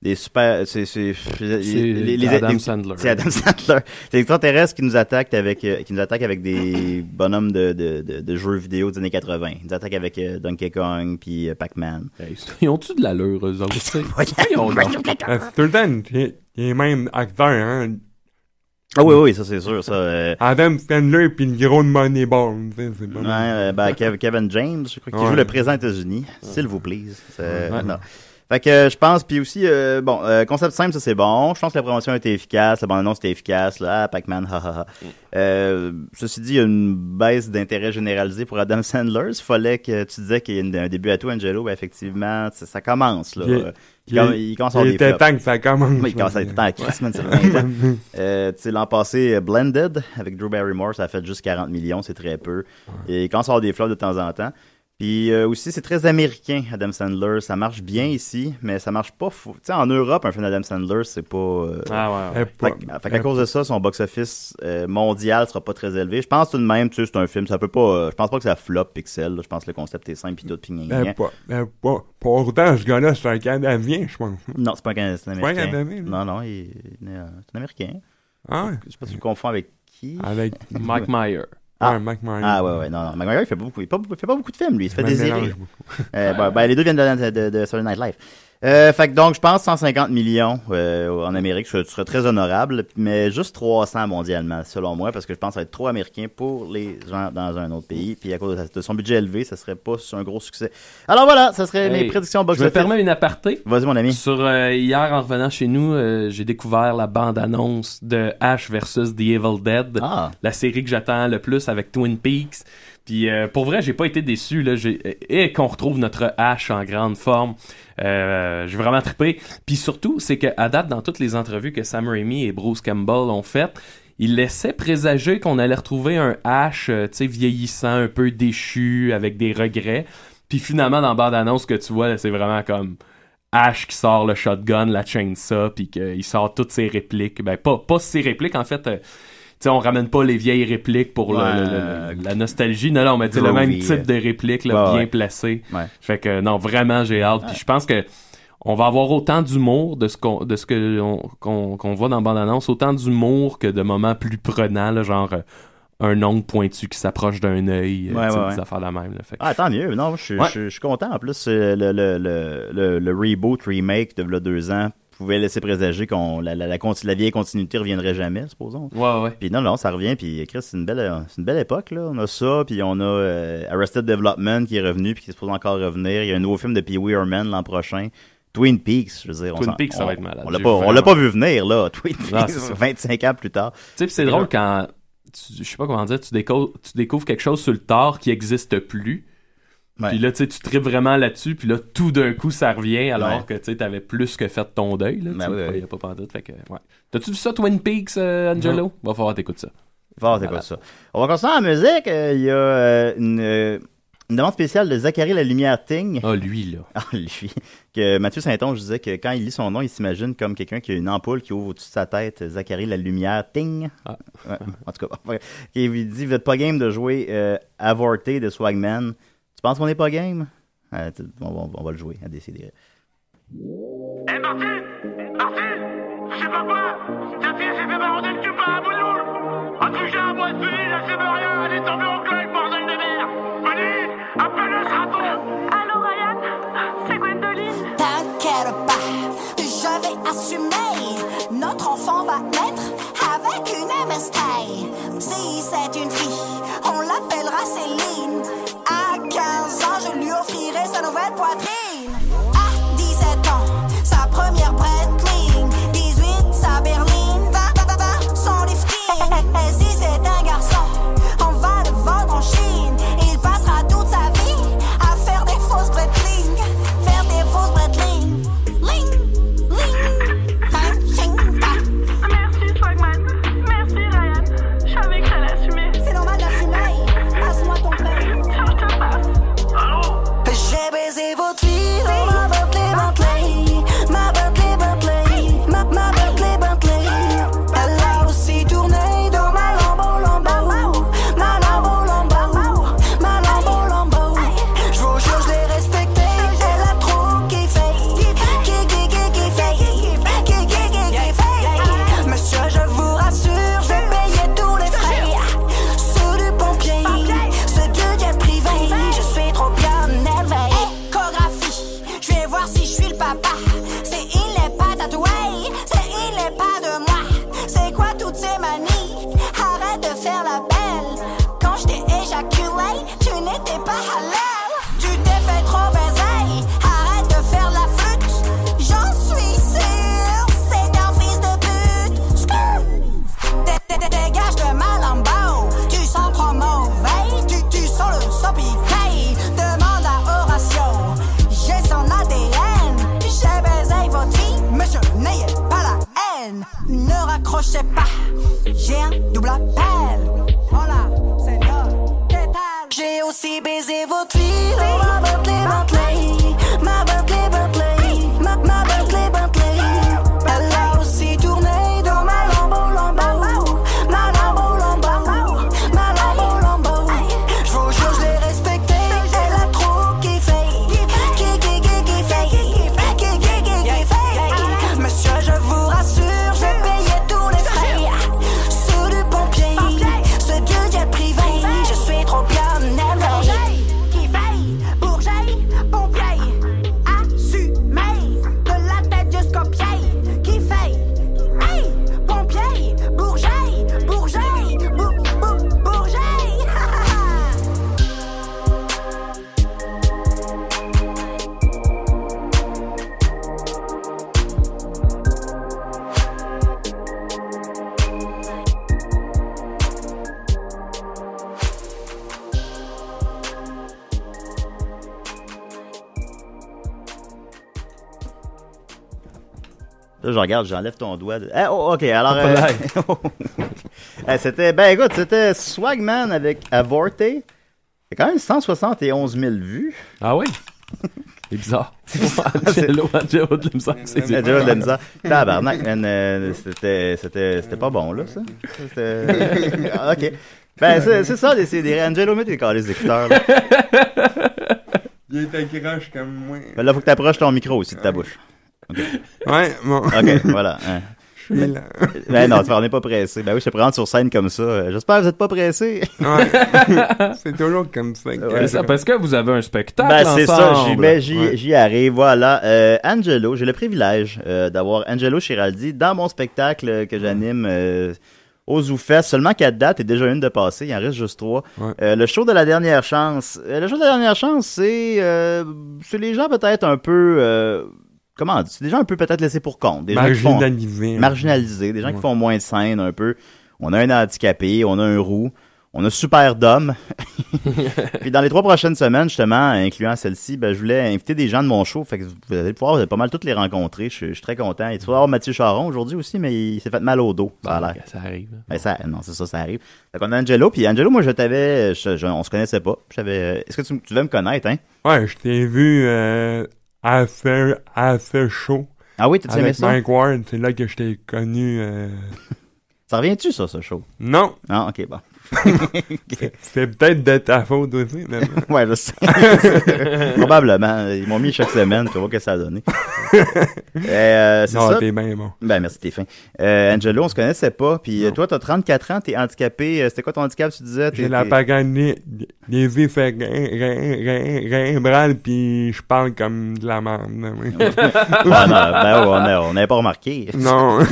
Speaker 6: des super... C'est c'est- les- les-
Speaker 8: Adam
Speaker 6: *laughs* les-
Speaker 8: Sandler.
Speaker 6: c'est Adam Sandler. C'est l'extraterrestre qui nous attaque avec euh, qui nous attaque avec des bonhommes de, de, de, de jeux vidéo des années 80. Ils nous attaquent avec euh, Donkey Kong puis euh, Pac-Man.
Speaker 8: Hey, ils ont-tu de l'allure, eux autres?
Speaker 6: *laughs*
Speaker 8: tu sais? Voyons donc.
Speaker 7: Ah, c'est tout le temps les- les mêmes acteurs, hein.
Speaker 6: Ah oui oui, ça c'est sûr ça. euh,
Speaker 7: Adam Sandler puis le gros de Moneyball, tu sais, c'est pas
Speaker 6: ouais,
Speaker 7: mal.
Speaker 6: euh, ben, Kev- Kevin James, je crois qu'il
Speaker 7: Ouais.
Speaker 6: joue le président des États-Unis, s'il vous plaît. C'est- euh,
Speaker 8: Ouais.
Speaker 6: non. Fait que euh, je pense puis aussi euh, bon, euh, concept simple ça c'est bon. Je pense que la promotion était efficace, la bande-annonce était efficace là, ah, Pac-Man ha ha ha. Euh, ceci dit, il y a une baisse d'intérêt généralisé pour Adam Sandler. Il fallait que tu disais qu'il y a une- un début à tout, Angelo. Ben, effectivement, ça, ça commence. Là.
Speaker 7: Il-
Speaker 6: Euh, Il,
Speaker 7: il-
Speaker 6: com- il commence à avoir
Speaker 7: Il
Speaker 6: des
Speaker 7: était
Speaker 6: flops.
Speaker 7: temps que ça commence.
Speaker 6: Oui, il commence à être temps à Chris, man, ça fait 20 ans. Euh, tu sais, L'an passé, euh, Blended, avec Drew Barrymore, ça a fait juste 40 millions, c'est très peu. Et il commence à avoir des flops de temps en temps. Puis euh, aussi, c'est très américain, Adam Sandler. Ça marche bien ici, mais ça marche pas fou. Tu sais, en Europe, un film d'Adam Sandler, c'est pas... euh,
Speaker 8: Ah ouais,
Speaker 7: Eh,
Speaker 8: ouais.
Speaker 7: pas-
Speaker 6: fait, que- fait qu'à cause de ça, son box-office euh, mondial sera pas très élevé. Je pense tout de même, tu sais, c'est un film, ça peut pas. euh, je pense pas que ça floppe Pixel. là. Je pense que le concept est simple puis tout puis gna, gna,
Speaker 7: eh,
Speaker 6: gna.
Speaker 7: pas- eh, pas- Pour autant, ce gars-là, c'est un Canadien, je pense.
Speaker 6: Non, c'est pas un Canadien, c'est un
Speaker 7: pas un
Speaker 6: Américain.
Speaker 7: Canadien, lui.
Speaker 6: non, non, il est né, euh, c'est un Américain.
Speaker 7: Ah, ouais.
Speaker 6: Je sais pas si tu le confonds avec qui.
Speaker 8: Ah,
Speaker 7: avec
Speaker 8: Mike Meyer.
Speaker 6: Ah.
Speaker 7: ouais, Mike Myers.
Speaker 6: Ah ouais ouais non non McGregor il fait pas beaucoup il, fait pas, il fait pas beaucoup de films lui il se fait
Speaker 7: Je me
Speaker 6: désirer
Speaker 7: mélange beaucoup.
Speaker 6: Euh, ben, ben, les deux viennent de, de, de Saturday Night Live euh, fait que donc je pense 150 millions euh, en Amérique ce ce serait très honorable mais juste 300 mondialement selon moi parce que je pense que ça va être trop américain pour les gens dans un autre pays puis à cause de, sa- de son budget élevé ça serait pas un gros succès alors voilà ça serait mes
Speaker 8: Hey,
Speaker 6: prédictions box
Speaker 8: Je me
Speaker 6: office.
Speaker 8: permets une aparté.
Speaker 6: vas-y mon ami
Speaker 8: Sur euh, hier en revenant chez nous, euh, j'ai découvert la bande-annonce de Ash versus The Evil Dead,
Speaker 6: ah
Speaker 8: la série que j'attends le plus avec Twin Peaks. Puis euh, pour vrai, j'ai pas été déçu là, j'ai- et qu'on retrouve notre Ash en grande forme. Euh, j'ai vraiment trippé. Puis surtout, c'est que à date dans toutes les entrevues que Sam Raimi et Bruce Campbell ont faites, il laissait présager qu'on allait retrouver un Ash, euh, tu sais, vieillissant, un peu déchu, avec des regrets. Puis finalement, dans la bande-annonce, ce que tu vois, là, c'est vraiment comme Ash qui sort le shotgun, la chainsaw, puis qu'il sort toutes ses répliques. Ben, pas, pas ses répliques, en fait. euh, tu sais, on ramène pas les vieilles répliques pour le-
Speaker 6: Ouais.
Speaker 8: le- le- la nostalgie. Non, non, mais tu sais, le
Speaker 6: Groovy, euh.
Speaker 8: même type de réplique, là,
Speaker 6: ouais,
Speaker 8: bien
Speaker 6: ouais.
Speaker 8: placé.
Speaker 6: Ouais.
Speaker 8: Fait que, non, vraiment, j'ai hâte. Puis je pense que on va avoir autant d'humour de ce qu'on de ce que on- qu'on qu'on voit dans la bande-annonce, autant d'humour que de moments plus prenants, là, genre euh, un ongle pointu qui s'approche d'un œil, euh,
Speaker 6: Ouais,
Speaker 8: tu sais,
Speaker 6: ouais,
Speaker 8: des
Speaker 6: ouais.
Speaker 8: affaires de même. là. Fait que-
Speaker 6: Ah, tant mieux. Non, je suis
Speaker 8: Ouais.
Speaker 6: je suis- je suis content. En plus, euh, le, le, le, le, le reboot, remake de v'là deux ans pouvait laisser présager qu'on la, la, la, conti- la vieille continuité reviendrait jamais, supposons.
Speaker 8: Ouais, ouais.
Speaker 6: Puis non, non, ça revient. Puis Chris, c'est une belle, euh, c'est une belle époque. Là. On a ça, puis on a euh, Arrested Development qui est revenu, puis qui se pose encore revenir. Il y a un nouveau film de Pee-wee Herman l'an prochain. Twin Peaks, je veux dire. on
Speaker 8: Twin
Speaker 6: s'en-
Speaker 8: Peaks, ça
Speaker 6: on-
Speaker 8: va être malade.
Speaker 6: On l'a
Speaker 8: J'ai
Speaker 6: pas, on
Speaker 8: vraiment-
Speaker 6: l'a pas vu venir, là. Twin Peaks,
Speaker 8: c'est ça.
Speaker 6: 25 ans plus tard.
Speaker 8: Tu sais, puis c'est drôle quand, tu- je sais pas comment dire, tu, déco- tu découvres quelque chose sur le tard qui n'existe plus.
Speaker 6: Ouais.
Speaker 8: Puis là, tu sais, tu tripes vraiment là-dessus, puis là, tout d'un coup, ça revient, alors
Speaker 6: Ouais.
Speaker 8: que, tu sais, t'avais plus que fait ton deuil, là, tu
Speaker 6: Ben
Speaker 8: sais,
Speaker 6: oui,
Speaker 8: pas-
Speaker 6: oui.
Speaker 8: y a pas pantoute, fait que, ouais. T'as-tu vu ça, Twin Peaks, euh, Angelo? Va falloir t'écouter ça.
Speaker 6: Fort, c'est quoi ça. On va continuer en musique. Euh, Il y a euh, une, euh, une demande spéciale de Zachary La Lumière Ting.
Speaker 8: Ah, lui, là.
Speaker 6: *laughs* Ah, lui. Que Mathieu Saint-Onge disait que quand il lit son nom, il s'imagine comme quelqu'un qui a une ampoule qui ouvre au-dessus de sa tête. Zachary La Lumière Ting.
Speaker 8: Ah.
Speaker 6: Ouais, en tout cas, bref. Et il dit Vous êtes pas game de jouer euh, Avorté de Swagman. Tu penses qu'on n'est pas game Ah, tu- on, va- on va le jouer, à décider.
Speaker 4: Eh Martine! Martine! Je sais pas quoi! Ta fille s'est fait baronner le cul par un bout de lourd! En tout cas, un mois de fil, elle sait plus rien, elle est tombée au club, bordel de merde! Venez! Appelle le raton!
Speaker 9: Allô Ryan, c'est Gwendoline. T'inquiète pas, je vais assumer. Notre enfant va naître avec une MST. Si c'est une fille, on l'appellera Céline. À 15 ans, je lui offrirai sa nouvelle poitrine. À 17 ans, sa première Breitling. 18, sa berline. 20, 20, 20, son lifting. Et si c'est un garçon, on va le vendre en Chine. Il passera toute sa vie à faire des fausses bretlings. Faire des fausses bretlings. Ling, ling, ting, ting, tang.
Speaker 5: Merci Fogman. Merci Ryan. Je savais que t'allais assumer.
Speaker 9: C'est normal d'assumer. Passe-moi ton pain.
Speaker 5: Je te passe.
Speaker 9: J'ai baisé votre fille. t'es pas halal. Tu t'es fait trop baiser, arrête de faire la flûte. J'en suis sûr, c'est un fils de pute. Skrrr. Dé- dé- dé- Dégage de ma lambeau, tu sens trop mauvais. Tu, tu sens le sopité, demande à Horatio. J'ai son ADN, j'ai baisé votre fille. Monsieur, n'ayez pas la haine, ne raccrochez pas. J'ai un double appel. Voilà, c'est là. J'ai aussi baisé votre fille. Ma Bentley, Bentley. Ma Bentley, Bentley. Ma, ma Bentley, Bentley. Elle a aussi tourné dans ma Lambo, Lambo. Ma Lambo, Lambo. Ma Lambo, Lambo. Je vous jure, je l'ai respectée. Elle a trop kiffé. Kiffé, kiffé, kiffé. Kiffé, kiffé. Monsieur, je vous rassure, je payais tous les frais. Sous le pompier, ce dieu j'ai privé. Je suis trop bien élevé. Qui veille, bourgeille, pompier. Assumé, de la tête jusqu'au pied. Qui veille, hey, pompier, bourgeille, bourgeille, bou- bou- bourgeille.
Speaker 6: Là, je regarde, j'enlève ton doigt. de- Eh, oh, ok, alors. euh, *laughs* eh, c'était, ben écoute, c'était Swagman avec Avorte. C'est quand même 171 000 vues.
Speaker 8: Ah oui? *laughs* C'est bizarre. *laughs* Angelo, Angelo de Lemsang, c'est
Speaker 6: Angelo de la misère. Tabarnak, man, euh, c'était, c'était, c'était pas bon, là, ça. C'était- Ah, ok. Ben, c'est, c'est ça, des, c'est des Angelo, mets tes calés écouteurs, là.
Speaker 7: Il est accroche comme moi.
Speaker 6: Ben là, faut que t'approches ton micro aussi de ta bouche. Ok.
Speaker 7: Ouais, bon. *laughs*
Speaker 6: Ok, voilà. hein.
Speaker 7: Je suis
Speaker 6: *laughs*
Speaker 7: là.
Speaker 6: Ben non, tu on n'est pas pressé. Ben oui, je te présente sur scène comme ça. Euh, J'espère que vous n'êtes pas pressé.
Speaker 7: Ouais. *laughs* c'est toujours comme ça. que-
Speaker 8: Mais ça, Parce que vous avez un spectacle
Speaker 6: Ben c'est ça, j'y,
Speaker 8: ensemble.
Speaker 6: ben, j'y,
Speaker 7: Ouais.
Speaker 6: j'y arrive, voilà. Euh, Angelo, j'ai le privilège euh, d'avoir Angelo Chiraldi dans mon spectacle que j'anime euh, aux Zoufest. Seulement quatre dates et déjà une de passée, il en reste juste trois.
Speaker 7: Ouais.
Speaker 6: Euh, le show de la dernière chance. Euh, le show de la dernière chance, c'est, euh, c'est les gens peut-être un peu... euh, comment on dit? C'est des gens un peu peut-être laissés pour compte. Des gens qui font-
Speaker 7: Marginalisé.
Speaker 6: marginalisés, des gens qui font moins de scènes un peu. On a un handicapé, on a un roux, on a super d'hommes. *laughs* Puis dans les trois prochaines semaines, justement, incluant celle-ci, ben, je voulais inviter des gens de mon show. Fait que vous allez pouvoir vous allez pas mal toutes les rencontrer. Je, suis- je suis très content. Et tu vas voir Mathieu Charon aujourd'hui aussi, mais il s'est fait mal au dos. Ça a
Speaker 7: Ah,
Speaker 6: l'air.
Speaker 8: Ça arrive. hein.
Speaker 6: Ben, ça, non, c'est ça, ça arrive. Fait qu'on a Angelo. Puis Angelo, moi, je t'avais. je- je- on se connaissait pas. Je savais- Est-ce que tu, tu veux me connaître, hein?
Speaker 7: Ouais, je t'ai vu euh, assez, assez chaud.
Speaker 6: Ah oui, t'as aimé
Speaker 7: Avec
Speaker 6: ça?
Speaker 7: Mike Ward, c'est là que je t'ai connu. euh,
Speaker 6: Ça revient-tu, ça, ce show?
Speaker 7: Non,
Speaker 6: Non, ok, bon.
Speaker 7: c'est peut-être de ta faute aussi, mais bon.
Speaker 6: Ouais, je
Speaker 7: *laughs*
Speaker 6: sais. Probablement. Ils m'ont mis chaque semaine, tu vois que ça a
Speaker 7: *laughs*
Speaker 6: donné. Euh, *laughs* c'est
Speaker 7: non,
Speaker 6: ça.
Speaker 7: t'es bien bon.
Speaker 6: Ben, merci, t'es fin. Euh, Angelo, on se connaissait pas. Puis euh, toi, t'as 34 ans, t'es handicapé. Euh, C'était quoi ton handicap, tu disais? T'es-
Speaker 7: J'ai la
Speaker 6: t'es-
Speaker 7: pagane des yeux fait rimbrale, puis je parle comme de la merde. là,
Speaker 6: *laughs*
Speaker 7: oui.
Speaker 6: Ah, non, ben, ouais, on a- on n'avait pas remarqué.
Speaker 7: non.
Speaker 6: *laughs*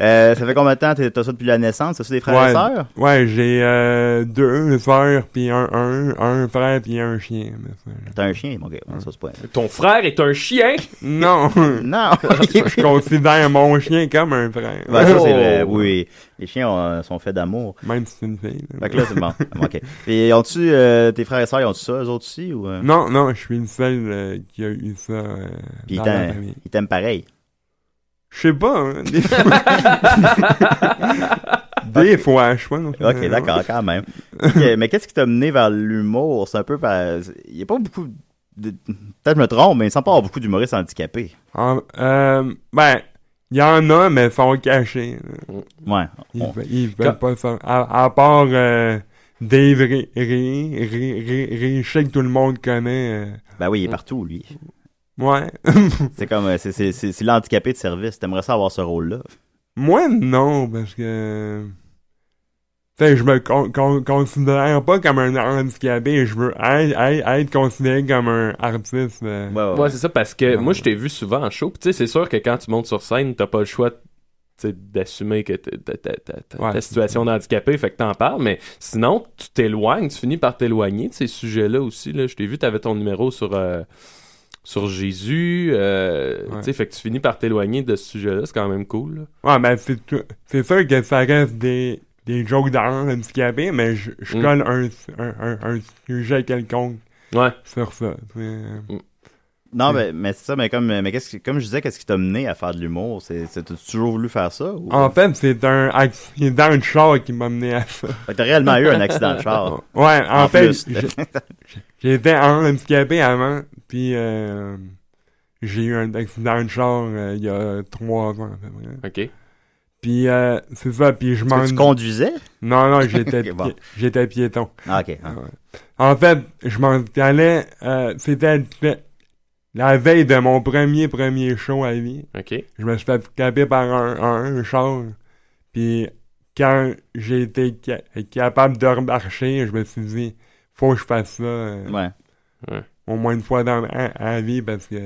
Speaker 6: Euh, ça fait combien de temps t'es- t'as ça depuis la naissance? T'as ça des frères et sœurs?
Speaker 7: ouais, ouais j'ai euh, deux frères, puis un, un, un frère, puis un chien. mais ça, là.
Speaker 6: T'as un chien, mon gars. Ça, c'est pas...
Speaker 8: Ton frère est un chien.
Speaker 7: Non,
Speaker 6: *laughs*
Speaker 7: *laughs*
Speaker 6: Non!
Speaker 7: je considère mon chien comme un frère. Oh!
Speaker 6: Ben, ça, c'est vrai. Oui, les chiens ont- euh, sont faits d'amour.
Speaker 7: Même si c'est une fille. là.
Speaker 6: Fait que là, c'est bon. OK. Puis, ont-tu, euh, tes frères et sœurs, ils ont-tu ça, eux autres aussi? Ou, euh?
Speaker 7: Non, non, je suis le seul euh, qui a eu ça euh,
Speaker 6: Puis,
Speaker 7: dans
Speaker 6: ils
Speaker 7: la
Speaker 6: t'aiment
Speaker 7: famille.
Speaker 6: ils t'aiment pareil.
Speaker 7: Je sais pas. hein,
Speaker 6: *laughs*
Speaker 7: des fois, des fois, je pense.
Speaker 6: Ok, d'accord, quand
Speaker 7: *laughs*
Speaker 6: même. Ok, mais qu'est-ce qui t'a mené vers l'humour? C'est un peu par... Il n'y a pas beaucoup... De... Peut-être que je me trompe, mais il semble pas avoir beaucoup d'humoristes handicapés.
Speaker 7: En- euh, ben, il y en a, mais ils sont cachés. là.
Speaker 6: Ouais.
Speaker 7: Ils,
Speaker 6: On-
Speaker 7: ve- ils veulent pas ça. À, à part euh, Dave Ré- Ré- Ré- Ré- Richer que tout le monde connaît. euh,
Speaker 6: Ben oui, il est partout, lui.
Speaker 7: ouais.
Speaker 6: C'est comme... euh, C'est, c'est, c'est, c'est l'handicapé de service. T'aimerais ça avoir ce rôle-là.
Speaker 7: Moi, non, parce que. Tu sais, je me con- con- considère pas comme un handicapé. Je veux être, être- être considéré comme un artiste. euh.
Speaker 6: ouais.
Speaker 8: Ouais, c'est ça, parce que moi, je t'ai vu souvent en show. Puis, tu sais, c'est sûr que quand tu montes sur scène, t'as pas le choix. de- t'sais, d'assumer que t'as- t'as- t'as- t'as- t'as- ta situation d'handicapé, fait que t'en parles, mais sinon, tu t'éloignes, tu finis par t'éloigner de ces sujets-là aussi. Là. Je t'ai vu, t'avais ton numéro sur, euh, sur Jésus, euh,
Speaker 7: Ouais.
Speaker 8: t'sais, fait que tu finis par t'éloigner de ce sujet-là, c'est quand même cool. là.
Speaker 7: Ouais, ben c'est tout- c'est sûr que ça reste des, des jokes d'art handicapés, mais je, je
Speaker 8: Mm.
Speaker 7: colle un, un, un, un sujet quelconque
Speaker 8: Ouais.
Speaker 7: sur ça. C'est-
Speaker 6: Non, mais, mais c'est ça, mais comme, mais qu'est-ce qui- comme je disais, qu'est-ce qui t'a mené à faire de l'humour? C'est, c'est- t'as toujours voulu faire ça? Ou...
Speaker 7: En fait, c'est un accident de char qui m'a mené à ça.
Speaker 6: Fait que t'as réellement eu un
Speaker 7: *laughs*
Speaker 6: accident de char.
Speaker 7: Ouais, en,
Speaker 6: Ah. En
Speaker 7: fait,
Speaker 6: plus. *laughs*
Speaker 7: j'ai- j'étais en handicapé avant, puis euh, j'ai eu un accident de char euh, il y a trois ans. à peu près.
Speaker 8: OK.
Speaker 7: Puis euh, c'est ça, puis je m'en...
Speaker 6: tu conduisais? *laughs*
Speaker 7: Non, non, j'étais,
Speaker 6: Ok, bon.
Speaker 7: pi- j'étais piéton.
Speaker 6: Ah, ok.
Speaker 7: Ah ouais. En fait, je m'en allais, euh, c'était le- la veille de mon premier premier show à vie.
Speaker 8: OK.
Speaker 7: Je me suis fait taper par un, un, un char. Puis quand j'ai été ca- capable de remarcher, je me suis dit, faut que je fasse ça euh,
Speaker 6: Ouais.
Speaker 7: au moins une fois dans ma à- à vie parce que...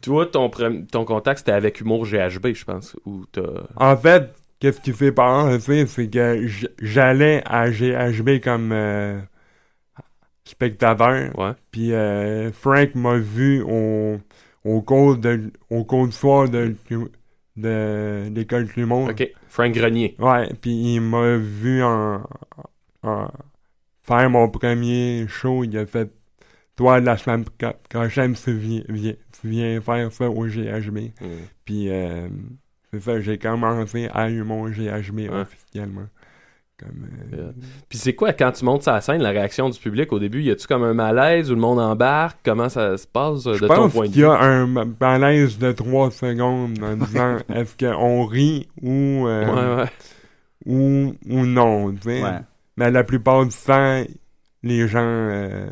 Speaker 8: Toi, ton, prem- ton contact, c'était avec Humour GHB, je pense, où t'as...
Speaker 7: En fait, qu'est-ce qui s'est passé, c'est que j- j'allais à GHB comme euh, spectateur.
Speaker 8: Ouais.
Speaker 7: Puis euh, Frank m'a vu au, au cours de au cours du soir de, de l'école du monde.
Speaker 8: OK. Frank Grenier.
Speaker 7: Ouais, puis il m'a vu en, en- faire mon premier show. Il a fait toi la semaine pro- prochaine, tu viens, viens- tu viens faire ça au GHB. Puis euh, c'est ça, j'ai commencé à eu mon GHB
Speaker 8: Ouais.
Speaker 7: officiellement. Comme, euh,
Speaker 8: Yeah. Puis c'est quoi, quand tu montes sur la scène, la réaction du public au début? Y a-tu comme un malaise où le monde embarque? Comment ça se passe euh,
Speaker 7: Je
Speaker 8: de ton
Speaker 7: pense
Speaker 8: point de
Speaker 7: qu'il
Speaker 8: vue?
Speaker 7: y a un ma- malaise de 3 secondes
Speaker 8: *laughs*
Speaker 7: en disant est-ce qu'on rit ou, euh,
Speaker 8: Ouais, ouais.
Speaker 7: ou, ou non. tu sais.
Speaker 6: Ouais.
Speaker 7: Mais la plupart du temps, les gens, euh,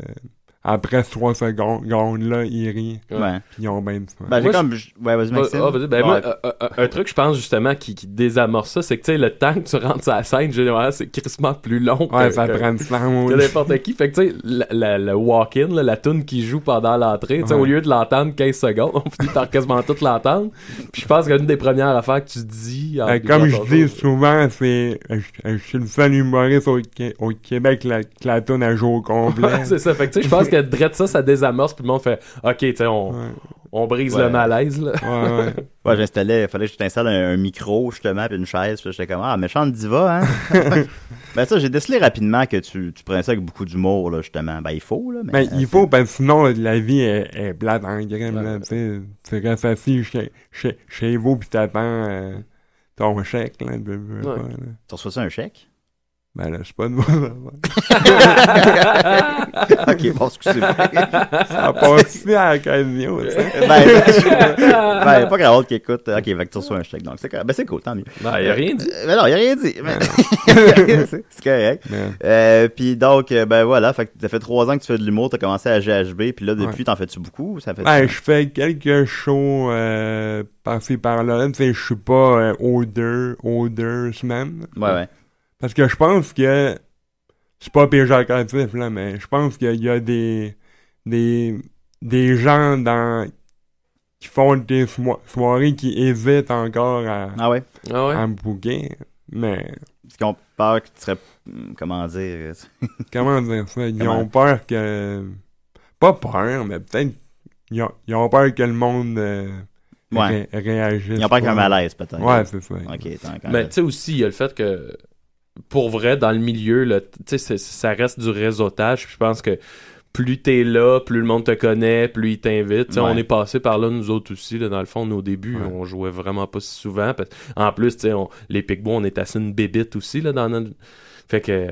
Speaker 7: après 3 secondes-là, ils rient.
Speaker 6: Ouais.
Speaker 7: puis Ils ont bien du fun.
Speaker 6: Ben, j'ai
Speaker 8: Moi,
Speaker 6: comme. je- Ouais, vas-y, Maxime.
Speaker 8: Ah, vas-y. Ben,
Speaker 6: Ouais.
Speaker 8: moi, euh, euh, un truc, je pense, justement, qui, qui désamorce ça, c'est que, tu sais, le temps que tu rentres sur la scène, généralement, c'est crissement plus long que,
Speaker 7: ouais, ça
Speaker 8: que-
Speaker 7: prend du temps.
Speaker 8: que
Speaker 7: oui.
Speaker 8: n'importe qui. Fait que, tu sais, la- la- le walk-in, là, la tune qui joue pendant l'entrée, tu sais,
Speaker 7: Ouais.
Speaker 8: au lieu de l'entendre 15 secondes, *laughs* on finit par quasiment tout l'entendre. Puis je pense qu'une des premières affaires que tu dis... en
Speaker 7: Euh, comme je
Speaker 8: disant
Speaker 7: dis
Speaker 8: bonjour,
Speaker 7: souvent, c'est euh, je- euh, je suis le seul humoriste au, Qué- au Québec la, que la toune à jour au complet.
Speaker 8: Ouais, c'est ça. Fait que, tu sais, je pense que drette ça, ça désamorce, puis le monde fait OK, tu sais, on,
Speaker 7: Ouais.
Speaker 8: on brise
Speaker 6: Ouais.
Speaker 8: le malaise, là.
Speaker 7: Ouais,
Speaker 8: *laughs*
Speaker 7: ouais.
Speaker 6: Ouais, j'installais, fallait que je t'installe un, un micro, justement, puis une chaise, puis j'étais comme, ah, méchante diva, hein? ben, ça, j'ai décelé rapidement que tu, tu prenais ça avec beaucoup d'humour, là, justement. Ben, il faut, là, mais.
Speaker 7: Ben, il faut, parce que sinon, la vie est, est plate en graine, là, tu sais. Tu restes assis chez, chez, chez vous, puis t'attends euh, ton chèque, là, de, de-
Speaker 8: Ouais.
Speaker 7: pas, là.
Speaker 6: Tu reçois ça un chèque?
Speaker 7: Ben là, c'est pas de bonne
Speaker 8: *laughs*
Speaker 6: ok, bon, *laughs* excusez-moi.
Speaker 7: Ça passe à l'occasion, tu sais.
Speaker 8: *laughs*
Speaker 6: ben, je- ben, y a pas grand monde qui écoute. Ok, fait que tu reçois un chèque, donc c'est correct. Ben, c'est cool, tant mieux.
Speaker 8: Non, il a rien dit.
Speaker 6: Euh, ben non, il a rien dit. Ben, *laughs* c'est c'est correct.
Speaker 7: Ben,
Speaker 6: Euh, puis donc, euh, ben voilà, fait que ça fait trois ans que tu fais de l'humour, t'as commencé à GHB, puis là, depuis, t'en fais-tu beaucoup? Ça fait
Speaker 7: ben, je fais quelques shows euh, par-ci, par-là, tu sais, je suis pas euh, aux deux, aux deux semaines.
Speaker 6: Ouais, ouais.
Speaker 7: Parce que je pense que c'est pas péjoratif là, mais je pense qu'il y a des des des gens dans qui font des soi- soirées qui hésitent encore à,
Speaker 6: Ah ouais?
Speaker 8: Ah ouais.
Speaker 7: à me bouquer. Mais
Speaker 6: Parce qu'on peur que tu serais. hum, Comment dire?
Speaker 7: comment dire ça? Ils
Speaker 6: Comment?
Speaker 7: ont peur que pas peur, mais peut-être ils ont, ils ont peur que le monde euh,
Speaker 6: Ouais.
Speaker 7: ré- réagisse.
Speaker 6: Ils ont peur qu'il y ait un
Speaker 7: pas.
Speaker 6: malaise, peut-être.
Speaker 7: Ouais, c'est ça.
Speaker 6: Ok, tant qu'à
Speaker 8: Mais tu sais aussi, il y a le fait que pour vrai, dans le milieu, là, tu sais, c'est- ça reste du réseautage. puis Je pense que plus t'es là, plus le monde te connaît, plus il t'invite. Tu sais,
Speaker 6: Ouais.
Speaker 8: On est passé par là, nous autres aussi. Là, dans le fond, au début, on jouait vraiment pas si souvent. parce- En plus, tu sais, on- les Picbois, on est assez une bébite aussi là, dans notre. Fait que.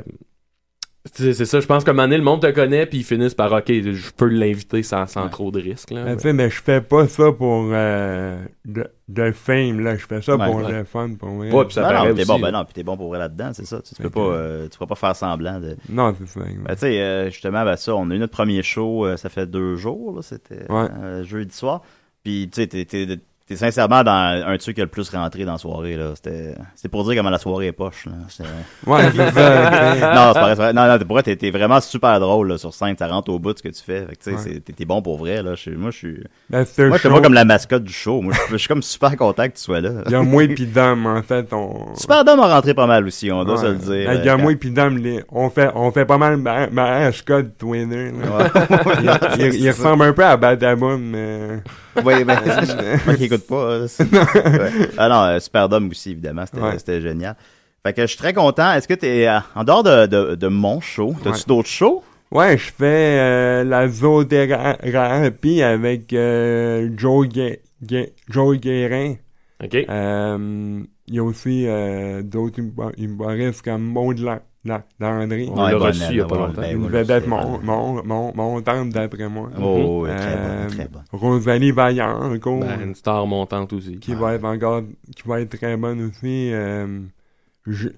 Speaker 8: tu sais, C'est ça, je pense qu'à un moment donné, le monde te connaît, puis ils finissent par OK, je peux l'inviter sans, sans trop de risques. là.
Speaker 6: Ben,
Speaker 7: Mais, tu sais, mais je fais pas ça pour euh, de, de fame, là. Je fais ça
Speaker 6: Ouais,
Speaker 7: pour
Speaker 8: ouais.
Speaker 7: le fun, pour vrai.
Speaker 8: Ouais, puis ça
Speaker 6: Ben
Speaker 8: paraît
Speaker 6: non, t'es
Speaker 8: aussi,
Speaker 6: bon, ben
Speaker 8: là.
Speaker 6: non, puis t'es bon pour vrai là-dedans, c'est ça. Tu, tu peux
Speaker 7: Ok.
Speaker 6: pas, euh, tu peux pas faire semblant de.
Speaker 7: Non, c'est ça. exact.
Speaker 6: Ben, tu sais, euh, justement, ben ça, on a eu notre premier show, euh, ça fait deux jours, là, c'était
Speaker 7: Ouais.
Speaker 6: euh, jeudi soir. Puis, tu sais, t'es- t'es- C'est sincèrement dans un truc qui a le plus rentré dans la soirée. là. C'était c'était pour dire comment la soirée est poche. Là. C'était- *laughs*
Speaker 7: Ouais,
Speaker 6: ben,
Speaker 7: c'est ça.
Speaker 6: non,
Speaker 7: ben,
Speaker 6: c'est pas vrai, c'est vrai. Non, non, pour vrai, t'es- t'es vraiment super drôle là, sur scène. Ça rentre au bout de ce que tu fais. Fait que, tu sais,
Speaker 7: Ouais.
Speaker 6: c'est- t'es- T'es bon pour vrai. Là. Je suis- moi, je suis.
Speaker 7: Ben, c'est un
Speaker 6: Moi, je suis
Speaker 7: show.
Speaker 6: pas comme la mascotte du show. Moi, je suis- je suis comme super content que tu sois là.
Speaker 7: Il y a
Speaker 6: *laughs*
Speaker 7: moi et Dame, en fait, on...
Speaker 6: Super Dom a rentré pas mal aussi, on doit
Speaker 7: Ouais. Ben,
Speaker 6: se le dire.
Speaker 7: Avec
Speaker 6: Euh,
Speaker 7: Gamou et puis Dom, les- on fait, on fait pas mal ma, ma Ashcott Twitter.
Speaker 6: Ouais.
Speaker 7: *laughs* il, il- il ressemble un peu à Badaboom, mais...
Speaker 6: Oui,
Speaker 7: *laughs*
Speaker 6: ben, moi qui écoute pas. euh, c'est- ouais. Ah non, euh, Superdome aussi, évidemment. C'était
Speaker 7: Ouais.
Speaker 6: c'était génial. Fait que je suis très content. Est-ce que t'es, euh, en dehors de, de, de mon show, t'as-tu
Speaker 7: Ouais.
Speaker 6: d'autres shows?
Speaker 7: Ouais, je fais euh, la zoothérapie avec euh, Joe, Gue- Gue- Joe Guérin.
Speaker 8: OK.
Speaker 7: Euh, il y a aussi euh, d'autres humor- humoristes comme Maud La- La- Landry.
Speaker 8: On l'a
Speaker 6: bonne,
Speaker 8: reçu il y a pas
Speaker 6: ouais,
Speaker 8: longtemps.
Speaker 6: ben,
Speaker 7: Une
Speaker 6: voilà,
Speaker 7: vedette
Speaker 6: c'est
Speaker 7: mon,
Speaker 6: bon.
Speaker 7: mon, mon, mon tante, d'après moi.
Speaker 6: Oh, oui, très
Speaker 7: Euh,
Speaker 6: bonne, très bonne.
Speaker 7: Rosalie Vaillant, encore,
Speaker 8: Ben, une star montante aussi.
Speaker 7: qui va être encore, qui va être très bonne aussi. Euh, je-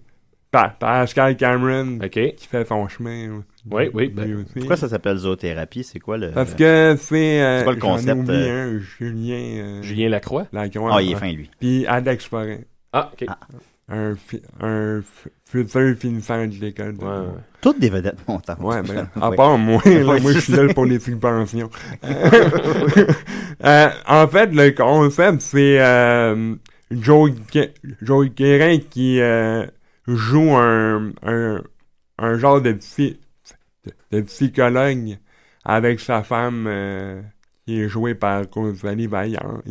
Speaker 7: Pa- Pascal Cameron,
Speaker 8: OK.
Speaker 7: qui fait son chemin.
Speaker 8: Oui, oui,
Speaker 7: lui
Speaker 8: ben,
Speaker 7: aussi.
Speaker 6: Pourquoi ça s'appelle zoothérapie? C'est quoi le...
Speaker 7: Parce que c'est. euh,
Speaker 6: C'est quoi le
Speaker 7: j'en ai
Speaker 6: concept,
Speaker 7: oublié
Speaker 6: euh?
Speaker 7: un, Julien. euh,
Speaker 8: Julien Lacroix.
Speaker 7: Lacroix,
Speaker 6: Ah, il est
Speaker 7: ouais.
Speaker 6: fin, lui.
Speaker 7: Puis Alex Forêt.
Speaker 8: Ah, OK.
Speaker 7: Un, fi- un f- futur finissant de l'école. de-
Speaker 8: Ouais, ouais.
Speaker 6: Toutes des vedettes montantes.
Speaker 7: Ouais,
Speaker 6: *laughs*
Speaker 7: ben, à
Speaker 6: Oui.
Speaker 7: part moi, là,
Speaker 6: Ouais,
Speaker 7: moi je
Speaker 6: c'est
Speaker 7: suis là
Speaker 6: ça.
Speaker 7: pour les subventions. *laughs* Euh, en fait, le concept, c'est euh, Joe, Gu- Joe Guérin qui euh, joue un, un, un genre de, psy- de psychologue avec sa femme euh, qui est jouée par Rosalie Vaillant.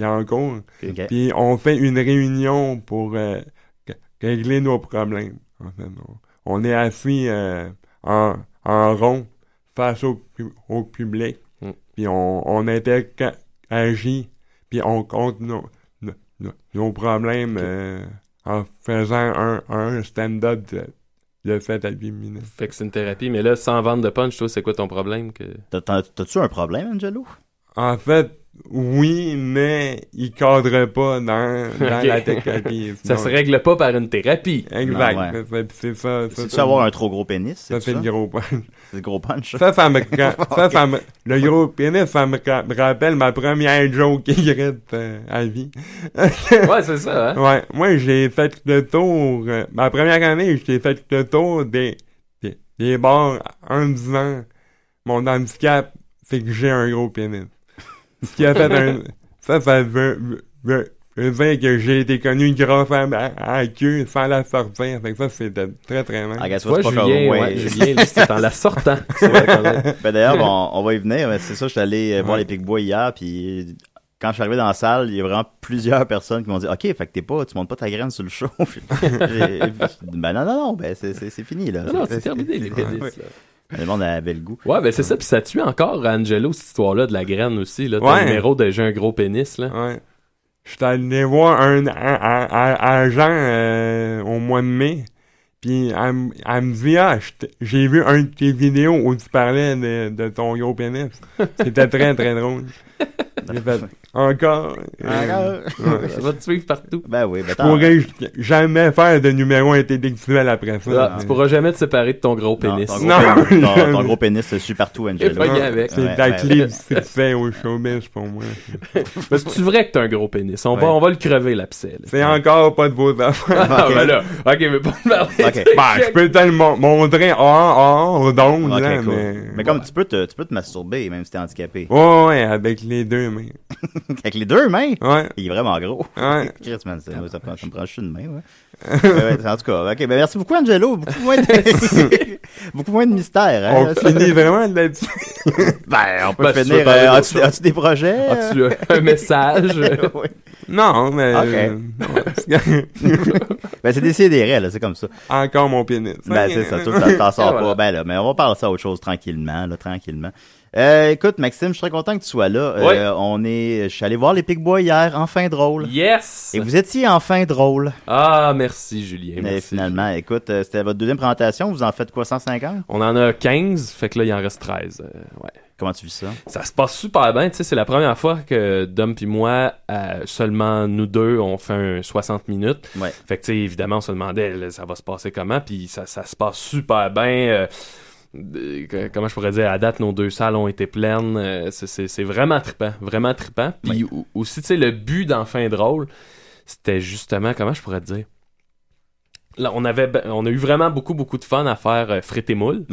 Speaker 7: encore.
Speaker 6: Ok.
Speaker 7: Euh, Puis on fait une réunion pour euh, g- régler nos problèmes. En fait, on- on est assis euh, en, en rond face au, pu- au public.
Speaker 8: Mm.
Speaker 7: Puis on, on interagit. Puis on compte nos, nos- nos- nos problèmes euh, en faisant un, un stand-up de, de 7 à 8 minutes.
Speaker 8: Fait que c'est une thérapie, mais là, sans vendre de punch, toi, c'est quoi ton problème? Que...
Speaker 6: T'as- t'as- T'as-tu un problème, Angelo?
Speaker 7: En fait, oui, mais il cadre pas dans, dans
Speaker 8: Ok.
Speaker 7: la technique.
Speaker 8: Ça
Speaker 7: Non.
Speaker 8: se règle pas par une thérapie.
Speaker 7: Exact.
Speaker 6: Non, ouais.
Speaker 7: C'est- C'est ça. ça,
Speaker 6: C'est-tu
Speaker 7: ça.
Speaker 6: avoir un trop gros pénis?
Speaker 7: Ça
Speaker 6: C'est
Speaker 7: fait
Speaker 6: ça?
Speaker 7: le gros
Speaker 6: *laughs*
Speaker 7: punch.
Speaker 6: C'est le gros punch?
Speaker 7: Ça,
Speaker 6: *laughs*
Speaker 7: ça me, ra- ça, ça me- le gros pénis, ça me, ra- me rappelle ma première joke qui reste euh, à vie.
Speaker 8: Ouais, c'est ça, hein?
Speaker 7: ouais, moi, j'ai fait le tour, euh, ma première année, j'ai fait le tour des, des, des bars en disant, mon handicap, c'est que j'ai un gros pénis. Ce qui a fait un, ça, ça veut, veut- veut dire que j'ai été connu grâce à ma à la queue sans la sortir. Fait que ça, c'était très, très mal.
Speaker 6: Ah, regarde,
Speaker 8: Tu
Speaker 6: tu vois,
Speaker 8: vois,
Speaker 6: c'est pas
Speaker 8: Julien,
Speaker 6: comme-
Speaker 8: ouais, Julien, là, c'est en la sortant. C'est vrai, quand même.
Speaker 6: Ben d'ailleurs,
Speaker 8: *laughs*
Speaker 6: bon, on va y venir. mais C'est ça, je suis allé euh, voir les Pic-Bois hier, puis quand je suis arrivé dans la salle, il y a vraiment plusieurs personnes qui m'ont dit « Ok, fait que t'es pas, tu montes pas ta graine sur le show. » *laughs* Puis j'ai- puis j'ai dit, Ben non, non, non, ben c'est- c'est c'est fini, là.
Speaker 8: Non, non, c'est terminé, les
Speaker 6: Ouais.
Speaker 8: pénis, là.
Speaker 6: Le monde avait le goût.
Speaker 8: Ouais, ben c'est ça, puis ça tue encore Angelo, cette histoire-là de la graine aussi, là. Ton
Speaker 7: Ouais.
Speaker 8: numéro de j'ai un gros pénis, là.
Speaker 7: Ouais. J'étais allé voir un, un- un- un- un agent euh, au mois de mai. Puis elle, m- elle me dit Ah, je t'ai- j'ai vu un de tes vidéos où tu parlais de, de ton
Speaker 6: *laughs*
Speaker 7: gros pénis. C'était très très drôle. J'ai fait, encore. euh, ouais.
Speaker 8: Ça va te suivre partout.
Speaker 6: *laughs* Ben oui, ben
Speaker 7: Je pourrais j- jamais faire de numéro intellectuel après ça.
Speaker 8: Ah, tu pourras jamais te séparer de ton gros
Speaker 6: Non,
Speaker 8: pénis.
Speaker 6: Ton
Speaker 7: Non.
Speaker 6: gros, pénis, ton- ton gros pénis, c'est super partout,
Speaker 8: *laughs* Et
Speaker 6: Angelo.
Speaker 8: pas gay avec.
Speaker 7: C'est
Speaker 6: Ouais,
Speaker 7: *laughs* la
Speaker 6: ben
Speaker 7: clé
Speaker 6: oui.
Speaker 7: du succès au showbiz
Speaker 6: *laughs*
Speaker 7: pour moi.
Speaker 8: Mais c'est vrai que t'as un gros pénis. On, va,
Speaker 6: Ouais.
Speaker 8: on va le crever, l'abcès. là. *laughs*
Speaker 7: C'est encore pas de vos affaires.
Speaker 8: Ah,
Speaker 6: Ok.
Speaker 8: ben là. Ok, mais pas me parler.
Speaker 6: Ok.
Speaker 8: de-
Speaker 7: Ben, je peux te le mon- montrer hors, hors, donc,
Speaker 6: Ah, Ok,
Speaker 7: là,
Speaker 6: cool.
Speaker 7: mais...
Speaker 6: Mais comme tu peux te, tu peux te masturber, même si t'es handicapé.
Speaker 7: Ouais, ouais, avec les deux mains.
Speaker 6: Avec les deux mains,
Speaker 7: Ouais,
Speaker 6: il est vraiment gros.
Speaker 7: ouais.
Speaker 6: Chris, man, ça, ça, prend- ça me prend juste une main,
Speaker 8: *laughs*
Speaker 6: ouais. Ouais, ouais, en tout cas, ok, ben merci beaucoup, Angelo. Beaucoup moins de, *laughs* beaucoup moins de mystère. Hein,
Speaker 7: On finit vraiment là-dessus.
Speaker 6: *laughs* Ben, on peut
Speaker 8: Ben, si tu veux
Speaker 6: finir.
Speaker 8: parler
Speaker 6: euh,
Speaker 8: d'autre
Speaker 6: as-tu,
Speaker 8: chose.
Speaker 6: as-tu des projets? *laughs*
Speaker 8: As-tu euh, un message?
Speaker 6: euh? Oui.
Speaker 7: *laughs* Non, mais...
Speaker 6: Ok.
Speaker 7: euh, non.
Speaker 6: Ben, c'est décidé, là, c'est comme ça.
Speaker 7: *laughs* Encore mon pénis.
Speaker 6: Ben, c'est ça, tout ça, t'en sors
Speaker 8: Et
Speaker 6: pas.
Speaker 8: voilà.
Speaker 6: Ben, là, mais on va parler ça à autre chose tranquillement, là, tranquillement. Euh, écoute, Maxime, je suis très content que tu sois là. Euh,
Speaker 8: Ouais.
Speaker 6: on est, je suis allé voir les Pic Bois hier, enfin drôle.
Speaker 8: *laughs* Yes!
Speaker 6: Et vous étiez enfin drôle.
Speaker 8: Ah, merci, Julien.
Speaker 6: Mais
Speaker 8: merci.
Speaker 6: finalement, écoute, euh, c'était votre deuxième présentation. Vous en faites quoi, 150?
Speaker 8: On en a 15, fait que là, il en reste 13. euh, ouais.
Speaker 6: Comment tu vis ça?
Speaker 8: Ça se passe super bien, tu sais, c'est la première fois que Dom puis moi, euh, seulement nous deux, on fait un 60 minutes.
Speaker 6: Ouais.
Speaker 8: Fait que, tu sais, évidemment, on se demandait, là, ça va se passer comment, puis ça, ça se passe super bien. euh, de- que- comment je pourrais dire, à date, nos deux salles ont été pleines. Euh, c'est- c'est c'est vraiment trippant, vraiment trippant. Puis ou- aussi, tu sais, le but d'Enfin Drôle, c'était justement, comment je pourrais te dire, là, on, avait, ben- on a eu vraiment beaucoup, beaucoup de fun à faire euh, frites et moules.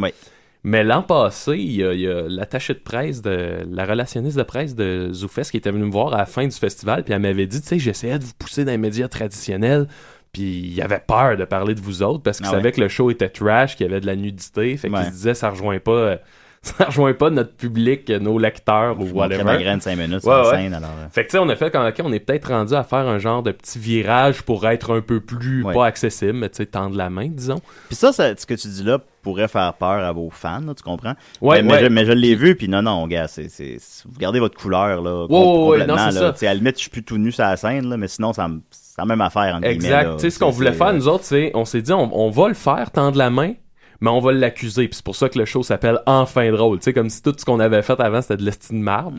Speaker 8: Mais l'an passé, il y a, il y a l'attachée de presse, de, la relationniste de presse de Zoufest qui était venue me voir à la fin du festival, puis elle m'avait dit, tu sais, j'essayais de vous pousser dans les médias traditionnels, puis il avait peur de parler de vous autres parce qu'il
Speaker 6: Ah
Speaker 8: savait
Speaker 6: ouais.
Speaker 8: que le show était trash, qu'il y avait de la nudité, fait qu'il
Speaker 6: Ouais.
Speaker 8: se disait, ça rejoint pas... euh, *laughs* Ça rejoint pas notre public, euh, nos lecteurs ou
Speaker 6: montrais
Speaker 8: whatever.
Speaker 6: ma graine cinq minutes sur la scène, alors, euh.
Speaker 8: Fait que tu sais, on a fait comme, ok, on est peut-être rendu à faire un genre de petit virage pour être un peu plus,
Speaker 6: Ouais.
Speaker 8: pas accessible, mais tu sais, tendre la main, disons.
Speaker 6: Puis ça, ça- ce que tu dis là pourrait faire peur à vos fans, là, tu comprends?
Speaker 8: Ouais,
Speaker 6: mais, mais
Speaker 8: ouais.
Speaker 6: je, mais je l'ai vu, puis non, non, gars, c'est, c'est, c'est- vous gardez votre couleur, là,
Speaker 8: Ouais, ouais, ouais,
Speaker 6: complètement,
Speaker 8: non, c'est
Speaker 6: là.
Speaker 8: ça.
Speaker 6: Tu sais, à la limite, je suis plus tout nu sur la scène, là, mais sinon, ça me- c'est la même affaire, entre guillemets,
Speaker 8: Exact.
Speaker 6: là.
Speaker 8: Tu sais, ce qu'on
Speaker 6: C'est-
Speaker 8: voulait
Speaker 6: c'est- euh,
Speaker 8: faire, nous autres, c'est on s'est dit, on, on va le faire, tendre la main, mais on va l'accuser. Puis c'est pour ça que le show s'appelle Enfin drôle. Tu sais, comme si tout ce qu'on avait fait avant, c'était de l'estime de marbre.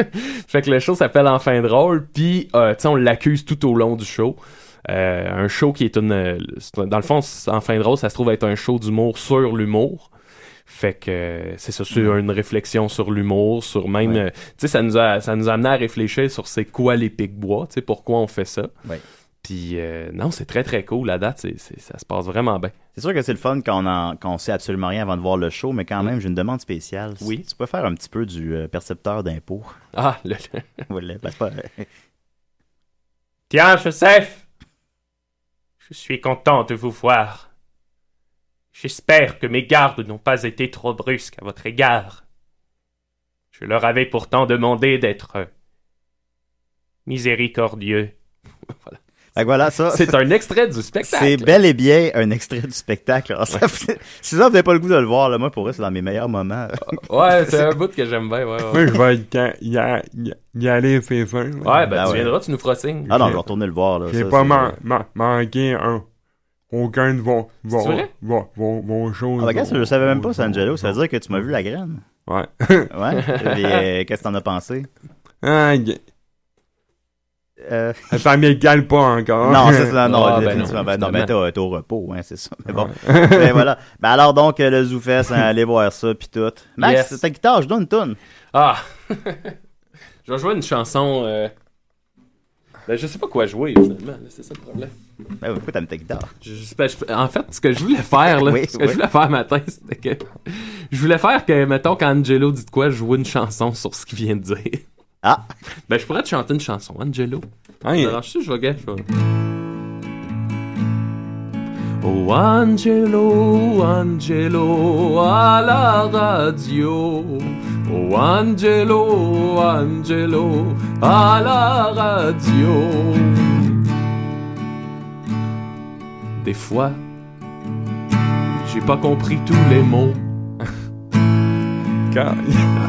Speaker 8: *laughs* fait que le show s'appelle Enfin drôle, puis euh, tu sais, on l'accuse tout au long du show. Euh, un show qui est une. euh, c'est un- Dans le fond, c'est- Enfin drôle, ça se trouve être un show d'humour sur l'humour. Fait que euh, c'est ça, sur une réflexion sur l'humour, sur même.
Speaker 6: Ouais.
Speaker 8: euh, tu sais, ça nous a ça nous a amené à réfléchir sur c'est quoi les pics bois, tu sais, pourquoi on fait ça.
Speaker 6: Ouais.
Speaker 8: Puis euh, non, c'est très très cool la date, c'est- c'est- ça se passe vraiment bien.
Speaker 6: C'est sûr que c'est le fun quand on, en- quand on sait absolument rien avant de voir le show, mais
Speaker 8: Mm.
Speaker 6: quand même, j'ai une demande spéciale. Oui. Tu peux faire un petit peu du euh, percepteur d'impôts. *laughs*
Speaker 8: Ah, le.
Speaker 6: Voilà, ben, c'est pas-
Speaker 10: Tiens, Joseph Je suis content de vous voir. J'espère que mes gardes n'ont pas été trop brusques à votre égard. Je leur avais pourtant demandé d'être euh, miséricordieux.
Speaker 6: Fait que voilà, ça.
Speaker 8: *laughs* C'est un extrait du spectacle.
Speaker 6: C'est bel et bien un extrait du spectacle. Alors, ça fait- si ça, vous n'avez pas le goût de le voir, là, moi, pour vrai, c'est dans mes meilleurs moments.
Speaker 7: Ah,
Speaker 8: Ouais, c'est un bout que j'aime bien. Ouais, ouais.
Speaker 7: Moi, je vais y- y, y- y aller faire fin.
Speaker 8: Ouais, ben, tu viendras, tu nous feras signe.
Speaker 6: Ah non, je vais retourner le voir. Là,
Speaker 7: J'ai
Speaker 6: ça,
Speaker 7: pas
Speaker 6: c'est-
Speaker 7: man- man- manqué un. Aucun de vos, vos,
Speaker 6: C'est vrai?
Speaker 7: vos, vos, vos shows.
Speaker 6: Ah, bah, gars, je savais même pas, c'est Angelo. Ça veut dire que tu m'as vu la graine. Ouais. ouais. Puis,
Speaker 7: *laughs*
Speaker 6: euh, qu'est-ce que t'en as pensé?
Speaker 7: Ah, y-
Speaker 6: Euh,
Speaker 7: ça m'égale pas encore.
Speaker 6: Non, c'est ça, non,
Speaker 7: Ah, ben
Speaker 6: définitivement,
Speaker 7: non,
Speaker 6: ben non, ben,
Speaker 7: évidemment.
Speaker 6: t'es au- t'es au repos, hein, c'est ça. Mais bon, mais voilà. Ben alors donc, euh, le Zoufest, hein, allez voir ça, puis tout. Max,
Speaker 8: Yes.
Speaker 6: ta guitare, je donne une toune.
Speaker 8: Ah! *laughs* je vais jouer une chanson. euh, Ben, je sais pas quoi jouer finalement, là, c'est ça le problème.
Speaker 6: Ben, pourquoi t'as mis ta guitare?
Speaker 8: Je- je- ben, je- en fait, ce que je voulais faire, là,
Speaker 6: *laughs* Oui,
Speaker 8: ce que
Speaker 6: oui.
Speaker 8: je voulais faire matin, c'était que je voulais faire que, mettons, quand Angelo dit de quoi, je joue une chanson sur ce qu'il vient de dire. *laughs*
Speaker 6: Ah!
Speaker 8: Ben, je pourrais te chanter une chanson, Angelo.
Speaker 7: Ah, Hein?
Speaker 8: Alors, je sais, je vais gaffe. je vais- Oh, Angelo, Angelo, à la radio. Oh, Angelo, Angelo, à la radio. Des fois, j'ai pas compris tous les mots. Car...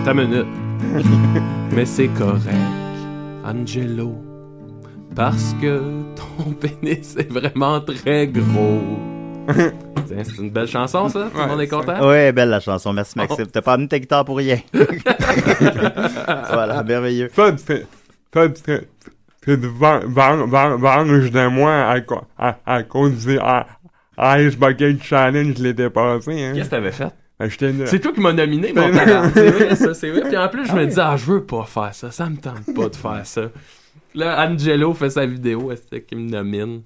Speaker 8: Attends une minute. Mais c'est correct, Angelo. Parce que ton *laughs* pénis est vraiment très gros. Tiens, c'est une belle chanson, ça. Tout le monde est
Speaker 7: Ah.
Speaker 8: content.
Speaker 6: Ouais, belle la chanson, merci
Speaker 7: Oh.
Speaker 6: Maxime. T'as pas amené ta guitare pour
Speaker 7: *laughs*
Speaker 6: rien. voilà, merveilleux.
Speaker 7: Ça, c'est. Ça, c'est. C'est de venge venge- venge- venge de moi à, co- à, à cause du I- Ice Bucket Challenge l'été passé. Hein.
Speaker 8: Qu'est-ce que t'avais fait?
Speaker 7: Ben, j'étais une-
Speaker 8: C'est toi qui m'as nominé, mon
Speaker 7: C'est-
Speaker 8: père. C'est vrai, ça, c'est vrai. Puis en plus, je
Speaker 7: Ah
Speaker 8: me
Speaker 7: oui.
Speaker 8: dis, ah, je veux pas faire ça. Ça me tente pas de faire ça. Là, Angelo fait sa vidéo, est-ce qu'il me nomine?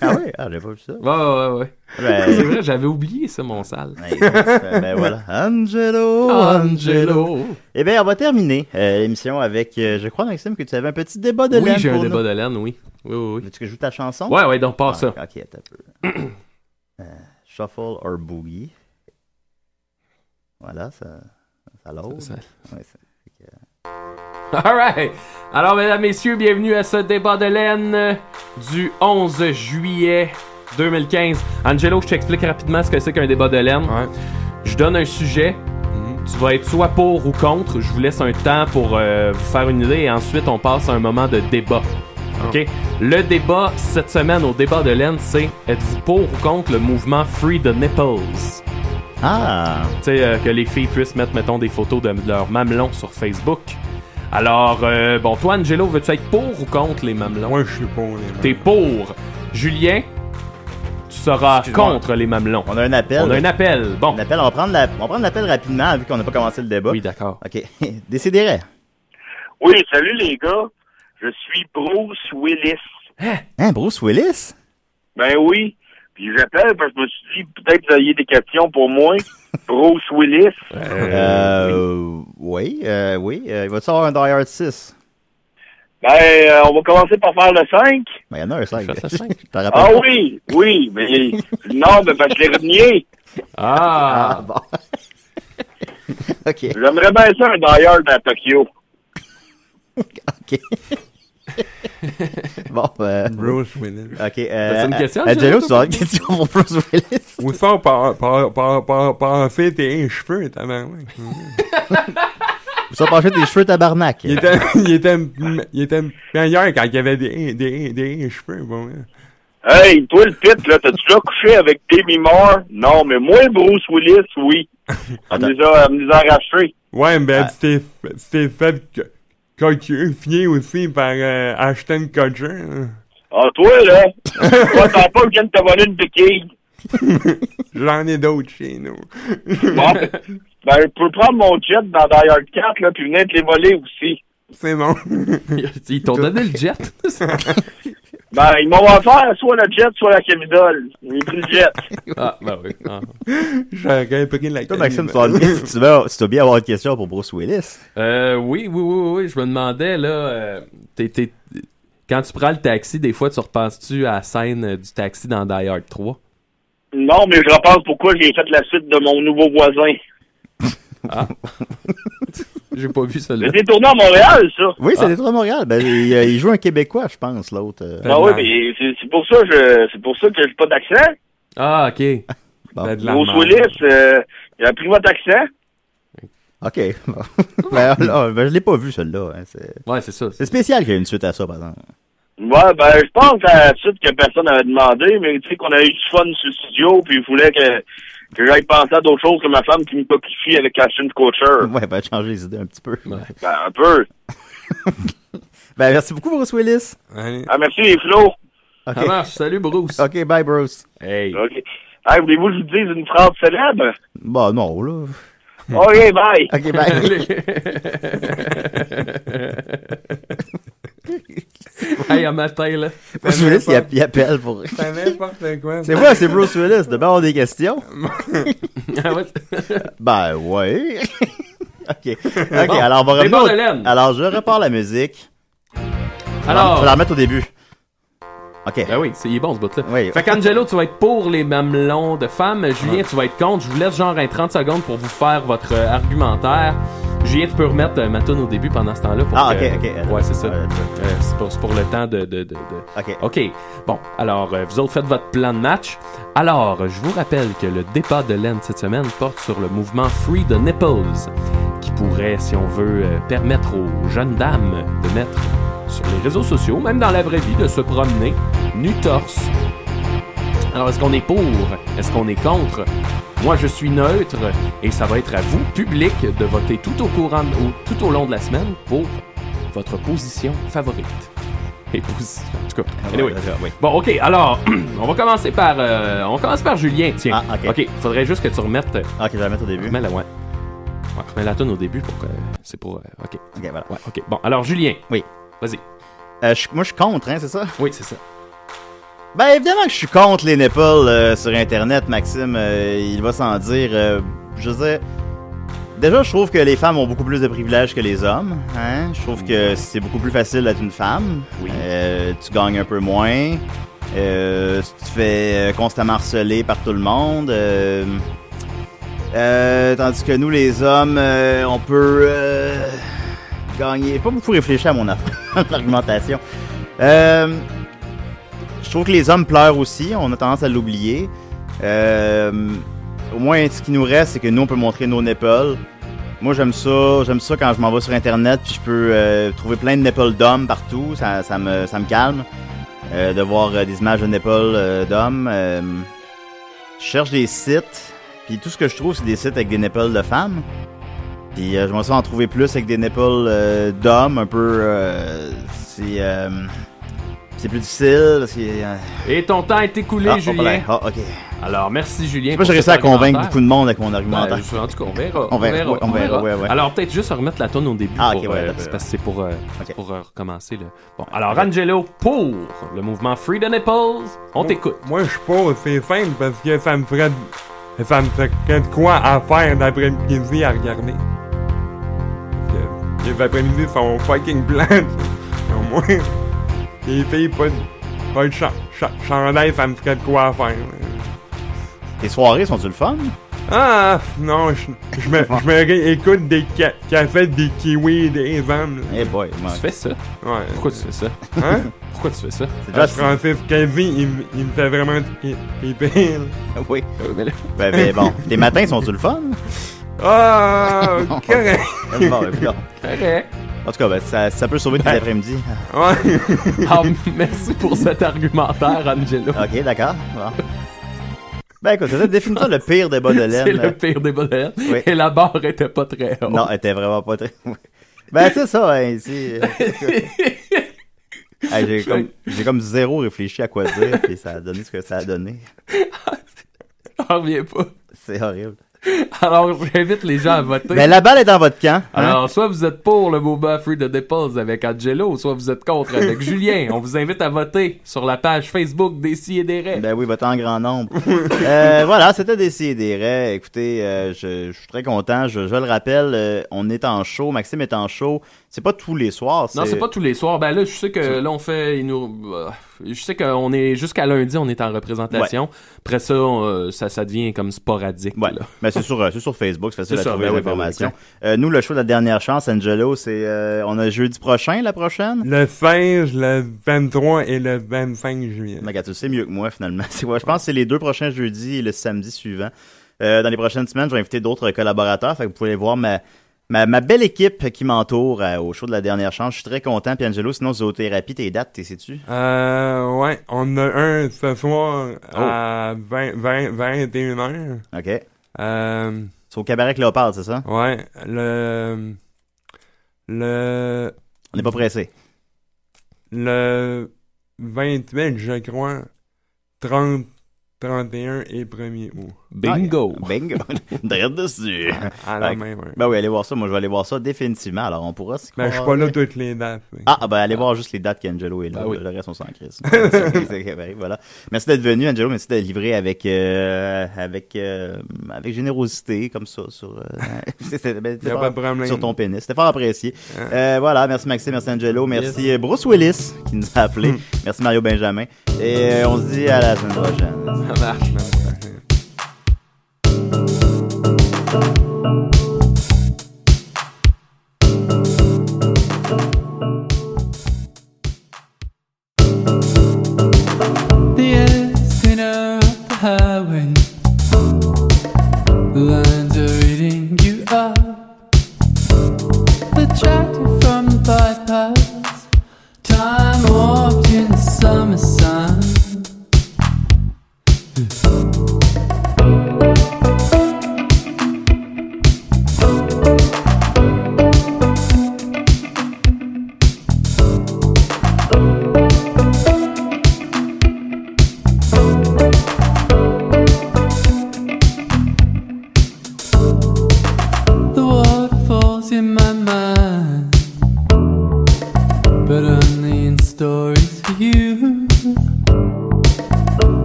Speaker 6: Ah ouais, ah, j'ai pas vu ça.
Speaker 8: Ouais, ouais, ouais. ouais. *laughs*
Speaker 6: Ben-
Speaker 8: C'est vrai, j'avais oublié ça, mon sale.
Speaker 6: Ben, ben voilà. Oh, Angelo,
Speaker 8: Angelo.
Speaker 6: Eh bien, on va terminer euh, l'émission avec, euh, je crois, Maxime, que tu avais un petit débat de
Speaker 8: oui,
Speaker 6: laine
Speaker 8: j'ai un
Speaker 6: pour
Speaker 8: débat
Speaker 6: nous.
Speaker 8: de laine, oui. Oui, oui,
Speaker 6: oui. Tu que je joue ta chanson?
Speaker 8: Ouais, ouais, donc passe
Speaker 6: Ah,
Speaker 8: ça.
Speaker 6: Ok, attends un peu. *clears throat* Euh, shuffle or boogie. Voilà, ça, ça load. Ouais, ça-
Speaker 8: *laughs* Alright. Alors, mesdames, messieurs, bienvenue à ce débat de laine euh, du 11 juillet 2015. Angelo, je t'explique rapidement ce que c'est qu'un débat de laine. Je donne un sujet. Tu vas être soit pour ou contre. Je vous laisse un temps pour euh, vous faire une idée et ensuite on passe à un moment de débat. OK? Le débat cette semaine au débat de laine, c'est êtes-vous pour ou contre le mouvement Free the Nipples?
Speaker 6: Ah!
Speaker 8: Tu sais, euh, que les filles puissent mettre, mettons, des photos de leurs mamelons sur Facebook. Alors, euh, bon, toi, Angelo, veux-tu être pour ou contre les mamelons?
Speaker 7: Moi, je suis pour les mamelons.
Speaker 8: T'es pour. Julien, tu sera contre les mamelons.
Speaker 6: On a un appel.
Speaker 8: On a un appel. Bon.
Speaker 6: Un appel. On va prendre la- on va prendre l'appel rapidement vu qu'on n'a pas commencé le débat. Oui,
Speaker 8: d'accord.
Speaker 6: OK. *laughs* Décidérez.
Speaker 11: Oui, salut les gars. Je suis Bruce Willis.
Speaker 6: Hein, Bruce Willis?
Speaker 11: Ben oui. Puis j'appelle parce que je me suis dit, peut-être que vous aviez des questions pour moi. Bruce Willis.
Speaker 6: Euh, oui, euh, oui. Euh, il va te avoir un Die Hard 6?
Speaker 11: Ben, euh, on va commencer par faire le 5.
Speaker 6: Ben, il y en a un 5. *laughs*
Speaker 11: Ah
Speaker 7: Oh!
Speaker 11: oui, oui. Mais, non, mais parce que je l'ai renié.
Speaker 8: Ah.
Speaker 6: bon. *laughs* OK.
Speaker 11: J'aimerais bien ça un Die Hard à Tokyo.
Speaker 6: *laughs* Bon, euh...
Speaker 7: Bruce Willis.
Speaker 6: OK.
Speaker 7: T'as-tu
Speaker 6: Euh,
Speaker 7: une question,
Speaker 6: euh, Jello,
Speaker 7: Jello,
Speaker 6: tu as une question pour Bruce Willis?
Speaker 7: Ou ça, par, par, par, par, par fait tes cheveux, t'as marre.
Speaker 6: Vous avez penché des cheveux tabarnak.
Speaker 7: Il était, il était, m- il était meilleur quand il avait des, des, des cheveux, bon. hein.
Speaker 11: Hey, toi le pit, là, t'as-tu déjà couché avec Demi Moore? Non, mais moi, Bruce Willis, oui. Elle nous a, elle nous a arrachés.
Speaker 7: Ouais, ben, c'est c'est fait que, coquillifié aussi par euh, Ashton Kutcher. hein.
Speaker 11: Ah, toi, là, toi, t'as pas vient de te voler une béquille.
Speaker 7: J'en ai d'autres chez nous.
Speaker 11: Bon, ben, je peux prendre mon jet dans Die Hard 4, là, puis venir te les voler aussi.
Speaker 7: C'est bon.
Speaker 8: Ah. Ils t'ont donné le jet?
Speaker 11: Ben, ils m'ont offert soit le jet, soit la camisole. J'ai pris le jet.
Speaker 8: *laughs* Ah, ben oui. Ah.
Speaker 7: J'aurais pris la
Speaker 6: Toi, Maxime, tu, as, tu, dois- tu dois bien avoir une question pour Bruce Willis.
Speaker 8: Euh, oui, oui, oui, oui. Je me demandais, là, euh, t'es- t'es- quand tu prends le taxi, des fois, tu repenses-tu à la scène euh, du taxi dans Die Hard 3?
Speaker 11: Non, mais je repense pourquoi j'ai fait la suite de mon nouveau voisin.
Speaker 8: Ah. J'ai pas vu ça, là.
Speaker 11: C'est détourné à Montréal, ça.
Speaker 6: Oui,
Speaker 7: Ah.
Speaker 6: c'est des trois Montréal. Ben, il, euh, il joue un Québécois, je pense, l'autre. euh.
Speaker 11: Ben oui, mais c'est- c'est pour ça, je, c'est pour ça que j'ai pas d'accent.
Speaker 8: Ah, OK. Ben,
Speaker 11: Bruce Willis, euh, il a pris votre accent.
Speaker 6: OK. bon. *laughs* ben, alors, ben, je l'ai pas vu, celle-là. hein, C'est...
Speaker 8: Ouais, c'est ça.
Speaker 6: C'est spécial qu'il y ait une suite à ça, par exemple.
Speaker 11: Ouais, ben, je pense à la suite que personne n'avait demandé, mais tu sais qu'on a eu du fun sur le studio, puis il voulait que, que j'aille penser à d'autres choses que ma femme qui me coquifie avec Ashton Kutcher.
Speaker 6: *laughs* Ouais, ben, changer les idées un petit peu.
Speaker 11: Ben, un peu.
Speaker 6: Ben, merci beaucoup, Bruce Willis.
Speaker 11: Ah, merci les flots.
Speaker 6: OK.
Speaker 8: Ça marche. Salut, Bruce.
Speaker 6: OK, bye, Bruce.
Speaker 8: Hey.
Speaker 11: OK. Hey, voulez-vous que je vous dise une phrase célèbre?
Speaker 6: Bah, non, là.
Speaker 11: OK, bye.
Speaker 6: OK,
Speaker 8: *laughs*
Speaker 6: bye.
Speaker 8: *laughs* hey, un matin, là.
Speaker 6: Bruce Willis, il, app- il appelle pour.
Speaker 7: C'est n'importe quoi.
Speaker 6: C'est moi, c'est Bruce Willis. De avoir des questions.
Speaker 8: Ah ouais?
Speaker 6: ben, ouais. *laughs* OK. OK,
Speaker 8: Bon,
Speaker 6: alors, on va
Speaker 8: débat
Speaker 6: revenir.
Speaker 8: de laine.
Speaker 6: Alors, je repars la musique.
Speaker 8: Alors-
Speaker 6: Je vais la remettre au début. OK.
Speaker 8: Ah oui, c'est il est bon, ce bout-là.
Speaker 6: Oui.
Speaker 8: Fait qu'Angelo, tu vas être pour les mamelons de femmes. Julien, tu vas être contre. Je vous laisse genre un 30 secondes pour vous faire votre euh, argumentaire. Julien, tu peux remettre euh, ma toune au début pendant ce temps-là. Pour
Speaker 6: Ah,
Speaker 8: que-
Speaker 6: ok, ok.
Speaker 8: Ouais, c'est ça. Euh, c'est pour, c'est pour le temps de... de, de, de-
Speaker 6: OK.
Speaker 8: OK. Bon, alors, euh, vous autres, faites votre plan de match. Alors, euh, je vous rappelle que le départ de laine cette semaine porte sur le mouvement Free the Nipples, qui pourrait, si on veut, euh, permettre aux jeunes dames de mettre sur les réseaux sociaux, même dans la vraie vie, de se promener nu torse. Alors, est-ce qu'on est pour? Est-ce qu'on est contre? Moi, je suis neutre et ça va être à vous, public, de voter tout au, courant, au- tout au long de la semaine pour votre position favorite. Et position, en tout cas.
Speaker 6: Ah
Speaker 8: Anyway. Bon, OK, alors, *clears throat* on va commencer par, euh, on commence par Julien, tiens.
Speaker 6: Ah, OK.
Speaker 8: OK, faudrait juste que tu remettes... euh,
Speaker 6: OK, je vais la mettre au début.
Speaker 8: remets la, ouais. Ouais, remets la tonne au début pour que... C'est pour... euh, OK.
Speaker 6: OK, voilà.
Speaker 8: Ouais, OK. Bon, alors, Julien.
Speaker 6: Oui.
Speaker 8: Vas-y.
Speaker 6: Euh, je- moi, je suis contre, hein, c'est ça?
Speaker 8: Oui, c'est ça.
Speaker 6: Ben, évidemment que je suis contre les nipples euh, sur Internet, Maxime. euh, il va sans dire. euh, je veux dire. Déjà, je trouve que les femmes ont beaucoup plus de privilèges que les hommes. Hein? Je trouve que c'est beaucoup plus facile d'être une femme. Euh, tu gagnes un peu moins. Euh, tu te fais euh, constamment harceler par tout le monde. euh, euh, tandis que nous, les hommes, euh, on peut euh, gagner. Pas beaucoup réfléchir à mon *laughs* aff- argumentation. Euh, je trouve que les hommes pleurent aussi, on a tendance à l'oublier. Euh, au moins, ce qui nous reste, c'est que nous, on peut montrer nos nipples. Moi, j'aime ça. J'aime ça quand je m'en vais sur Internet, puis je peux euh, trouver plein de nipples d'hommes partout. Ça, ça me, ça me calme euh, de voir euh, des images de nipples euh, d'hommes. Euh, je cherche des sites, puis tout ce que je trouve, c'est des sites avec des nipples de femmes. Puis euh, je me sens en trouver plus avec des nipples euh, d'hommes, un peu. euh, c'est. euh, c'est c'est plus difficile parce que. euh,
Speaker 8: Et ton temps est écoulé,
Speaker 6: Ah, hop
Speaker 8: Julien.
Speaker 6: là, ah, ok.
Speaker 8: Alors, merci,
Speaker 6: Je sais
Speaker 8: Julien.
Speaker 6: pas
Speaker 8: pour
Speaker 6: si j'ai réussi
Speaker 8: cet
Speaker 6: à convaincre
Speaker 8: argumentaire.
Speaker 6: beaucoup de monde avec mon argumentaire.
Speaker 8: Ben, je- en tout cas, on verra.
Speaker 6: On verra, ouais, on verra, ouais, ouais.
Speaker 8: Alors, peut-être juste remettre la tonne au début.
Speaker 6: Ah, ok,
Speaker 8: pour,
Speaker 6: ouais,
Speaker 8: euh,
Speaker 6: ouais,
Speaker 8: c'est
Speaker 6: ouais.
Speaker 8: parce que c'est pour, euh, pour euh, recommencer. Là. Bon, alors, Angelo, pour le mouvement Free the Nipples,
Speaker 6: Oh.
Speaker 8: on
Speaker 7: Moi-
Speaker 8: t'écoute.
Speaker 7: Moi, je pose, c'est simple parce que ça me ferait. de- Ça me ferait de quoi à faire d'après-midi à regarder. Parce que les après-midi sont fucking blancs. Au moins, les filles, pas de, pas de cha- cha- chandail, ça me ferait de quoi à faire.
Speaker 6: Tes soirées sont-tu le fun?
Speaker 7: Ah, non, je, je me, je me réécoute des ca- cafés, des kiwis, des vannes.
Speaker 6: Eh boy,
Speaker 8: Tu fais ça?
Speaker 7: Ouais.
Speaker 8: Pourquoi tu fais ça?
Speaker 7: Hein?
Speaker 8: Pourquoi tu fais ça?
Speaker 7: Ah, Francis Calvi, il, me- il me fait vraiment triper.
Speaker 6: *laughs* Oui. Ben, ben, bon, tes matins sont-tu le fun? *laughs*
Speaker 7: Ah, correct.
Speaker 6: Bon, ben, bon.
Speaker 8: *laughs* Correct.
Speaker 6: En tout cas, ben, ça, ça peut sauver tes après-midi.
Speaker 8: Ah,
Speaker 6: *laughs*
Speaker 8: merci pour cet argumentaire, Angelo.
Speaker 6: Ok, d'accord. Bon. Ben écoute, c'était définitivement le pire débat de laine.
Speaker 8: *laughs* C'est le pire des bonnes
Speaker 6: Oui.
Speaker 8: Et la barre était pas très haute.
Speaker 6: Non, elle était vraiment pas très. *laughs* Oui. ben c'est ça, hein, ici.
Speaker 8: *laughs*
Speaker 6: Ah, j'ai comme, j'ai comme zéro réfléchi à quoi dire, puis ça a donné ce que ça a donné.
Speaker 8: J'en reviens pas.
Speaker 6: C'est horrible.
Speaker 8: Alors, j'invite les gens à voter.
Speaker 6: Mais la balle est dans votre camp. hein.
Speaker 8: Alors, soit vous êtes pour le mouvement Free the Nipples avec Angelo, soit vous êtes
Speaker 6: *laughs*
Speaker 8: contre avec Julien. On vous invite à voter sur la page Facebook des Si et des Rêves.
Speaker 6: Ben oui, votant en grand
Speaker 8: *laughs*
Speaker 6: nombre. Euh, voilà, c'était des raies. Écoutez, euh, je, je suis très content. Je, je le rappelle, euh, on est en show. Maxime est en show. C'est pas tous les soirs.
Speaker 8: Non, c'est pas tous les soirs. Ben là, je sais que là, on fait. il nous- euh, Je sais qu'on est jusqu'à lundi, on est en représentation. Après ça, on, euh, ça, ça devient comme sporadique. là.
Speaker 6: Mais c'est sur, euh, c'est sur Facebook, c'est facile
Speaker 8: C'est
Speaker 6: à
Speaker 8: ça,
Speaker 6: trouver
Speaker 8: ben oui, ben oui,
Speaker 6: l'information.
Speaker 8: exact.
Speaker 6: Euh, nous, le show de la dernière chance, Angelo, c'est euh, on a jeudi prochain, la prochaine.
Speaker 7: Le 16, le 23 et le 25 juillet.
Speaker 6: Mais Regarde, tu le sais mieux que moi, finalement. *laughs* C'est quoi? Je pense que c'est les deux prochains jeudis et le samedi suivant. Euh, dans les prochaines semaines, je vais inviter d'autres collaborateurs. Fait que vous pouvez aller voir ma, ma, ma belle équipe qui m'entoure euh, au show de la dernière chance. Je suis très content. Puis Angelo, sinon, zoothérapie, tes dates, t'es sais-tu?
Speaker 7: Euh, ouais, on a un ce soir
Speaker 6: Oh.
Speaker 7: à 20, 20, 21h.
Speaker 6: OK.
Speaker 7: Euh,
Speaker 6: C'est au cabaret Cléopâtre, c'est ça?
Speaker 7: ouais, le. Le.
Speaker 6: On n'est pas pressé.
Speaker 7: Le 28, je crois. 30, 31 et 1er août.
Speaker 8: Bingo!
Speaker 6: Ah, euh, bingo! *laughs* Direct dessus!
Speaker 7: À la
Speaker 6: Fait que-
Speaker 7: main, ouais.
Speaker 6: Ben oui, allez voir ça. Moi, je vais aller voir ça définitivement. Alors, on pourra s'y
Speaker 7: Ben, je suis pas
Speaker 6: croiser.
Speaker 7: là toutes les dates. mais-
Speaker 6: Ah, ah, ben allez voir juste les dates qu'Angelo est là.
Speaker 7: Ben oui.
Speaker 6: Le reste, on s'en
Speaker 7: *laughs*
Speaker 6: crisse. C'est- c'est- c'est- voilà. Merci d'être venu, Angelo. Merci d'être livré avec, euh, avec, euh, avec générosité, comme ça, sur, euh, *laughs* c'était- ben, c'était
Speaker 7: Y a
Speaker 6: fort-
Speaker 7: pas de problème. Ah.
Speaker 6: sur ton pénis. C'était fort apprécié. Euh, voilà. Merci, Maxime. Merci, Angelo. Merci, euh, Bruce Willis, qui nous a appelé.
Speaker 7: Hmm.
Speaker 6: merci, Mario Benjamin. Et euh, on se dit à la semaine prochaine.
Speaker 8: Ça marche.
Speaker 12: The instinct of the highway. The lines are eating you up. The tractor from the bypass. Time warped in the summer sun. The waterfalls in my mind, but only in stories for you.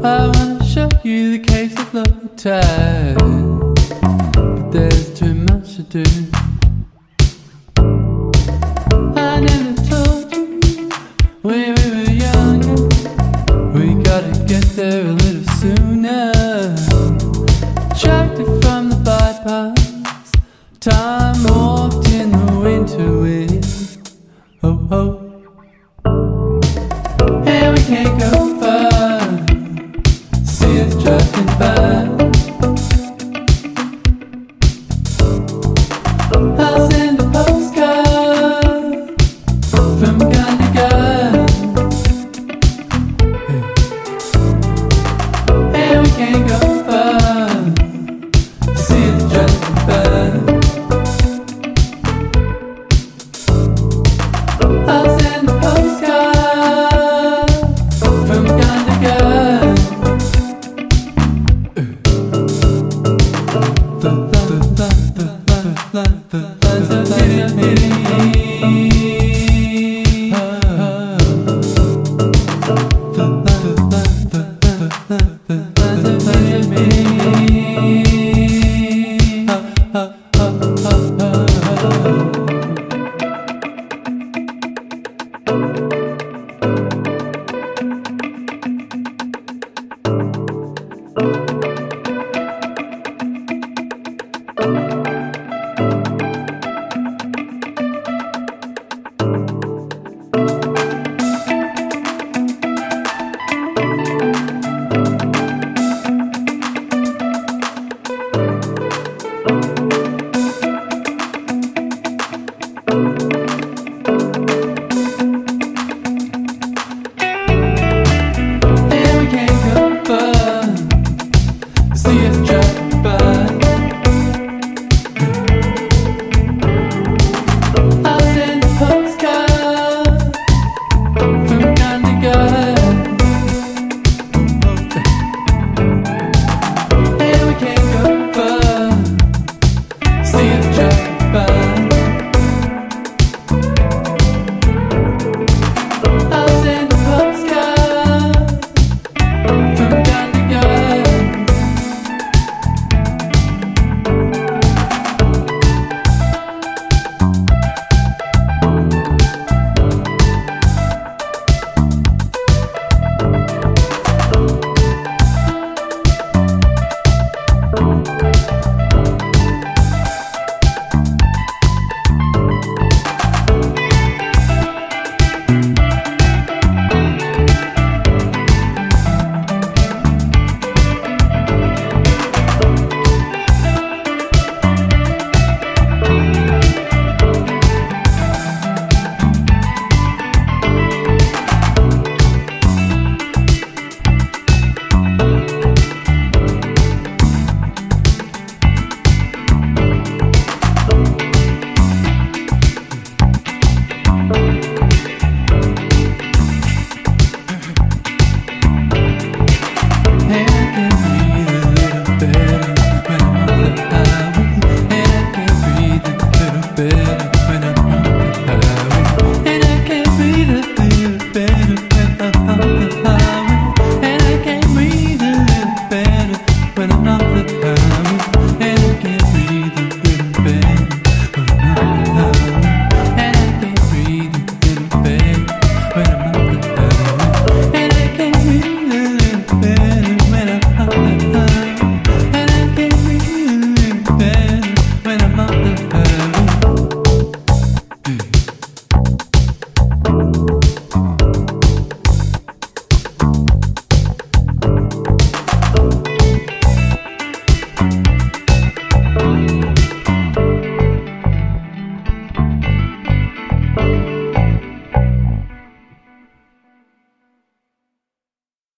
Speaker 12: I wanna show you the caves of low tide, but there's too much to do. I never told you when we were younger. We gotta get there a little sooner. Attracted from the bypass. Time warped in the winter wind. Oh, oh. And we can't go far. See us drifting by. I'll send a postcard from gun to gun. And we can't
Speaker 13: oh.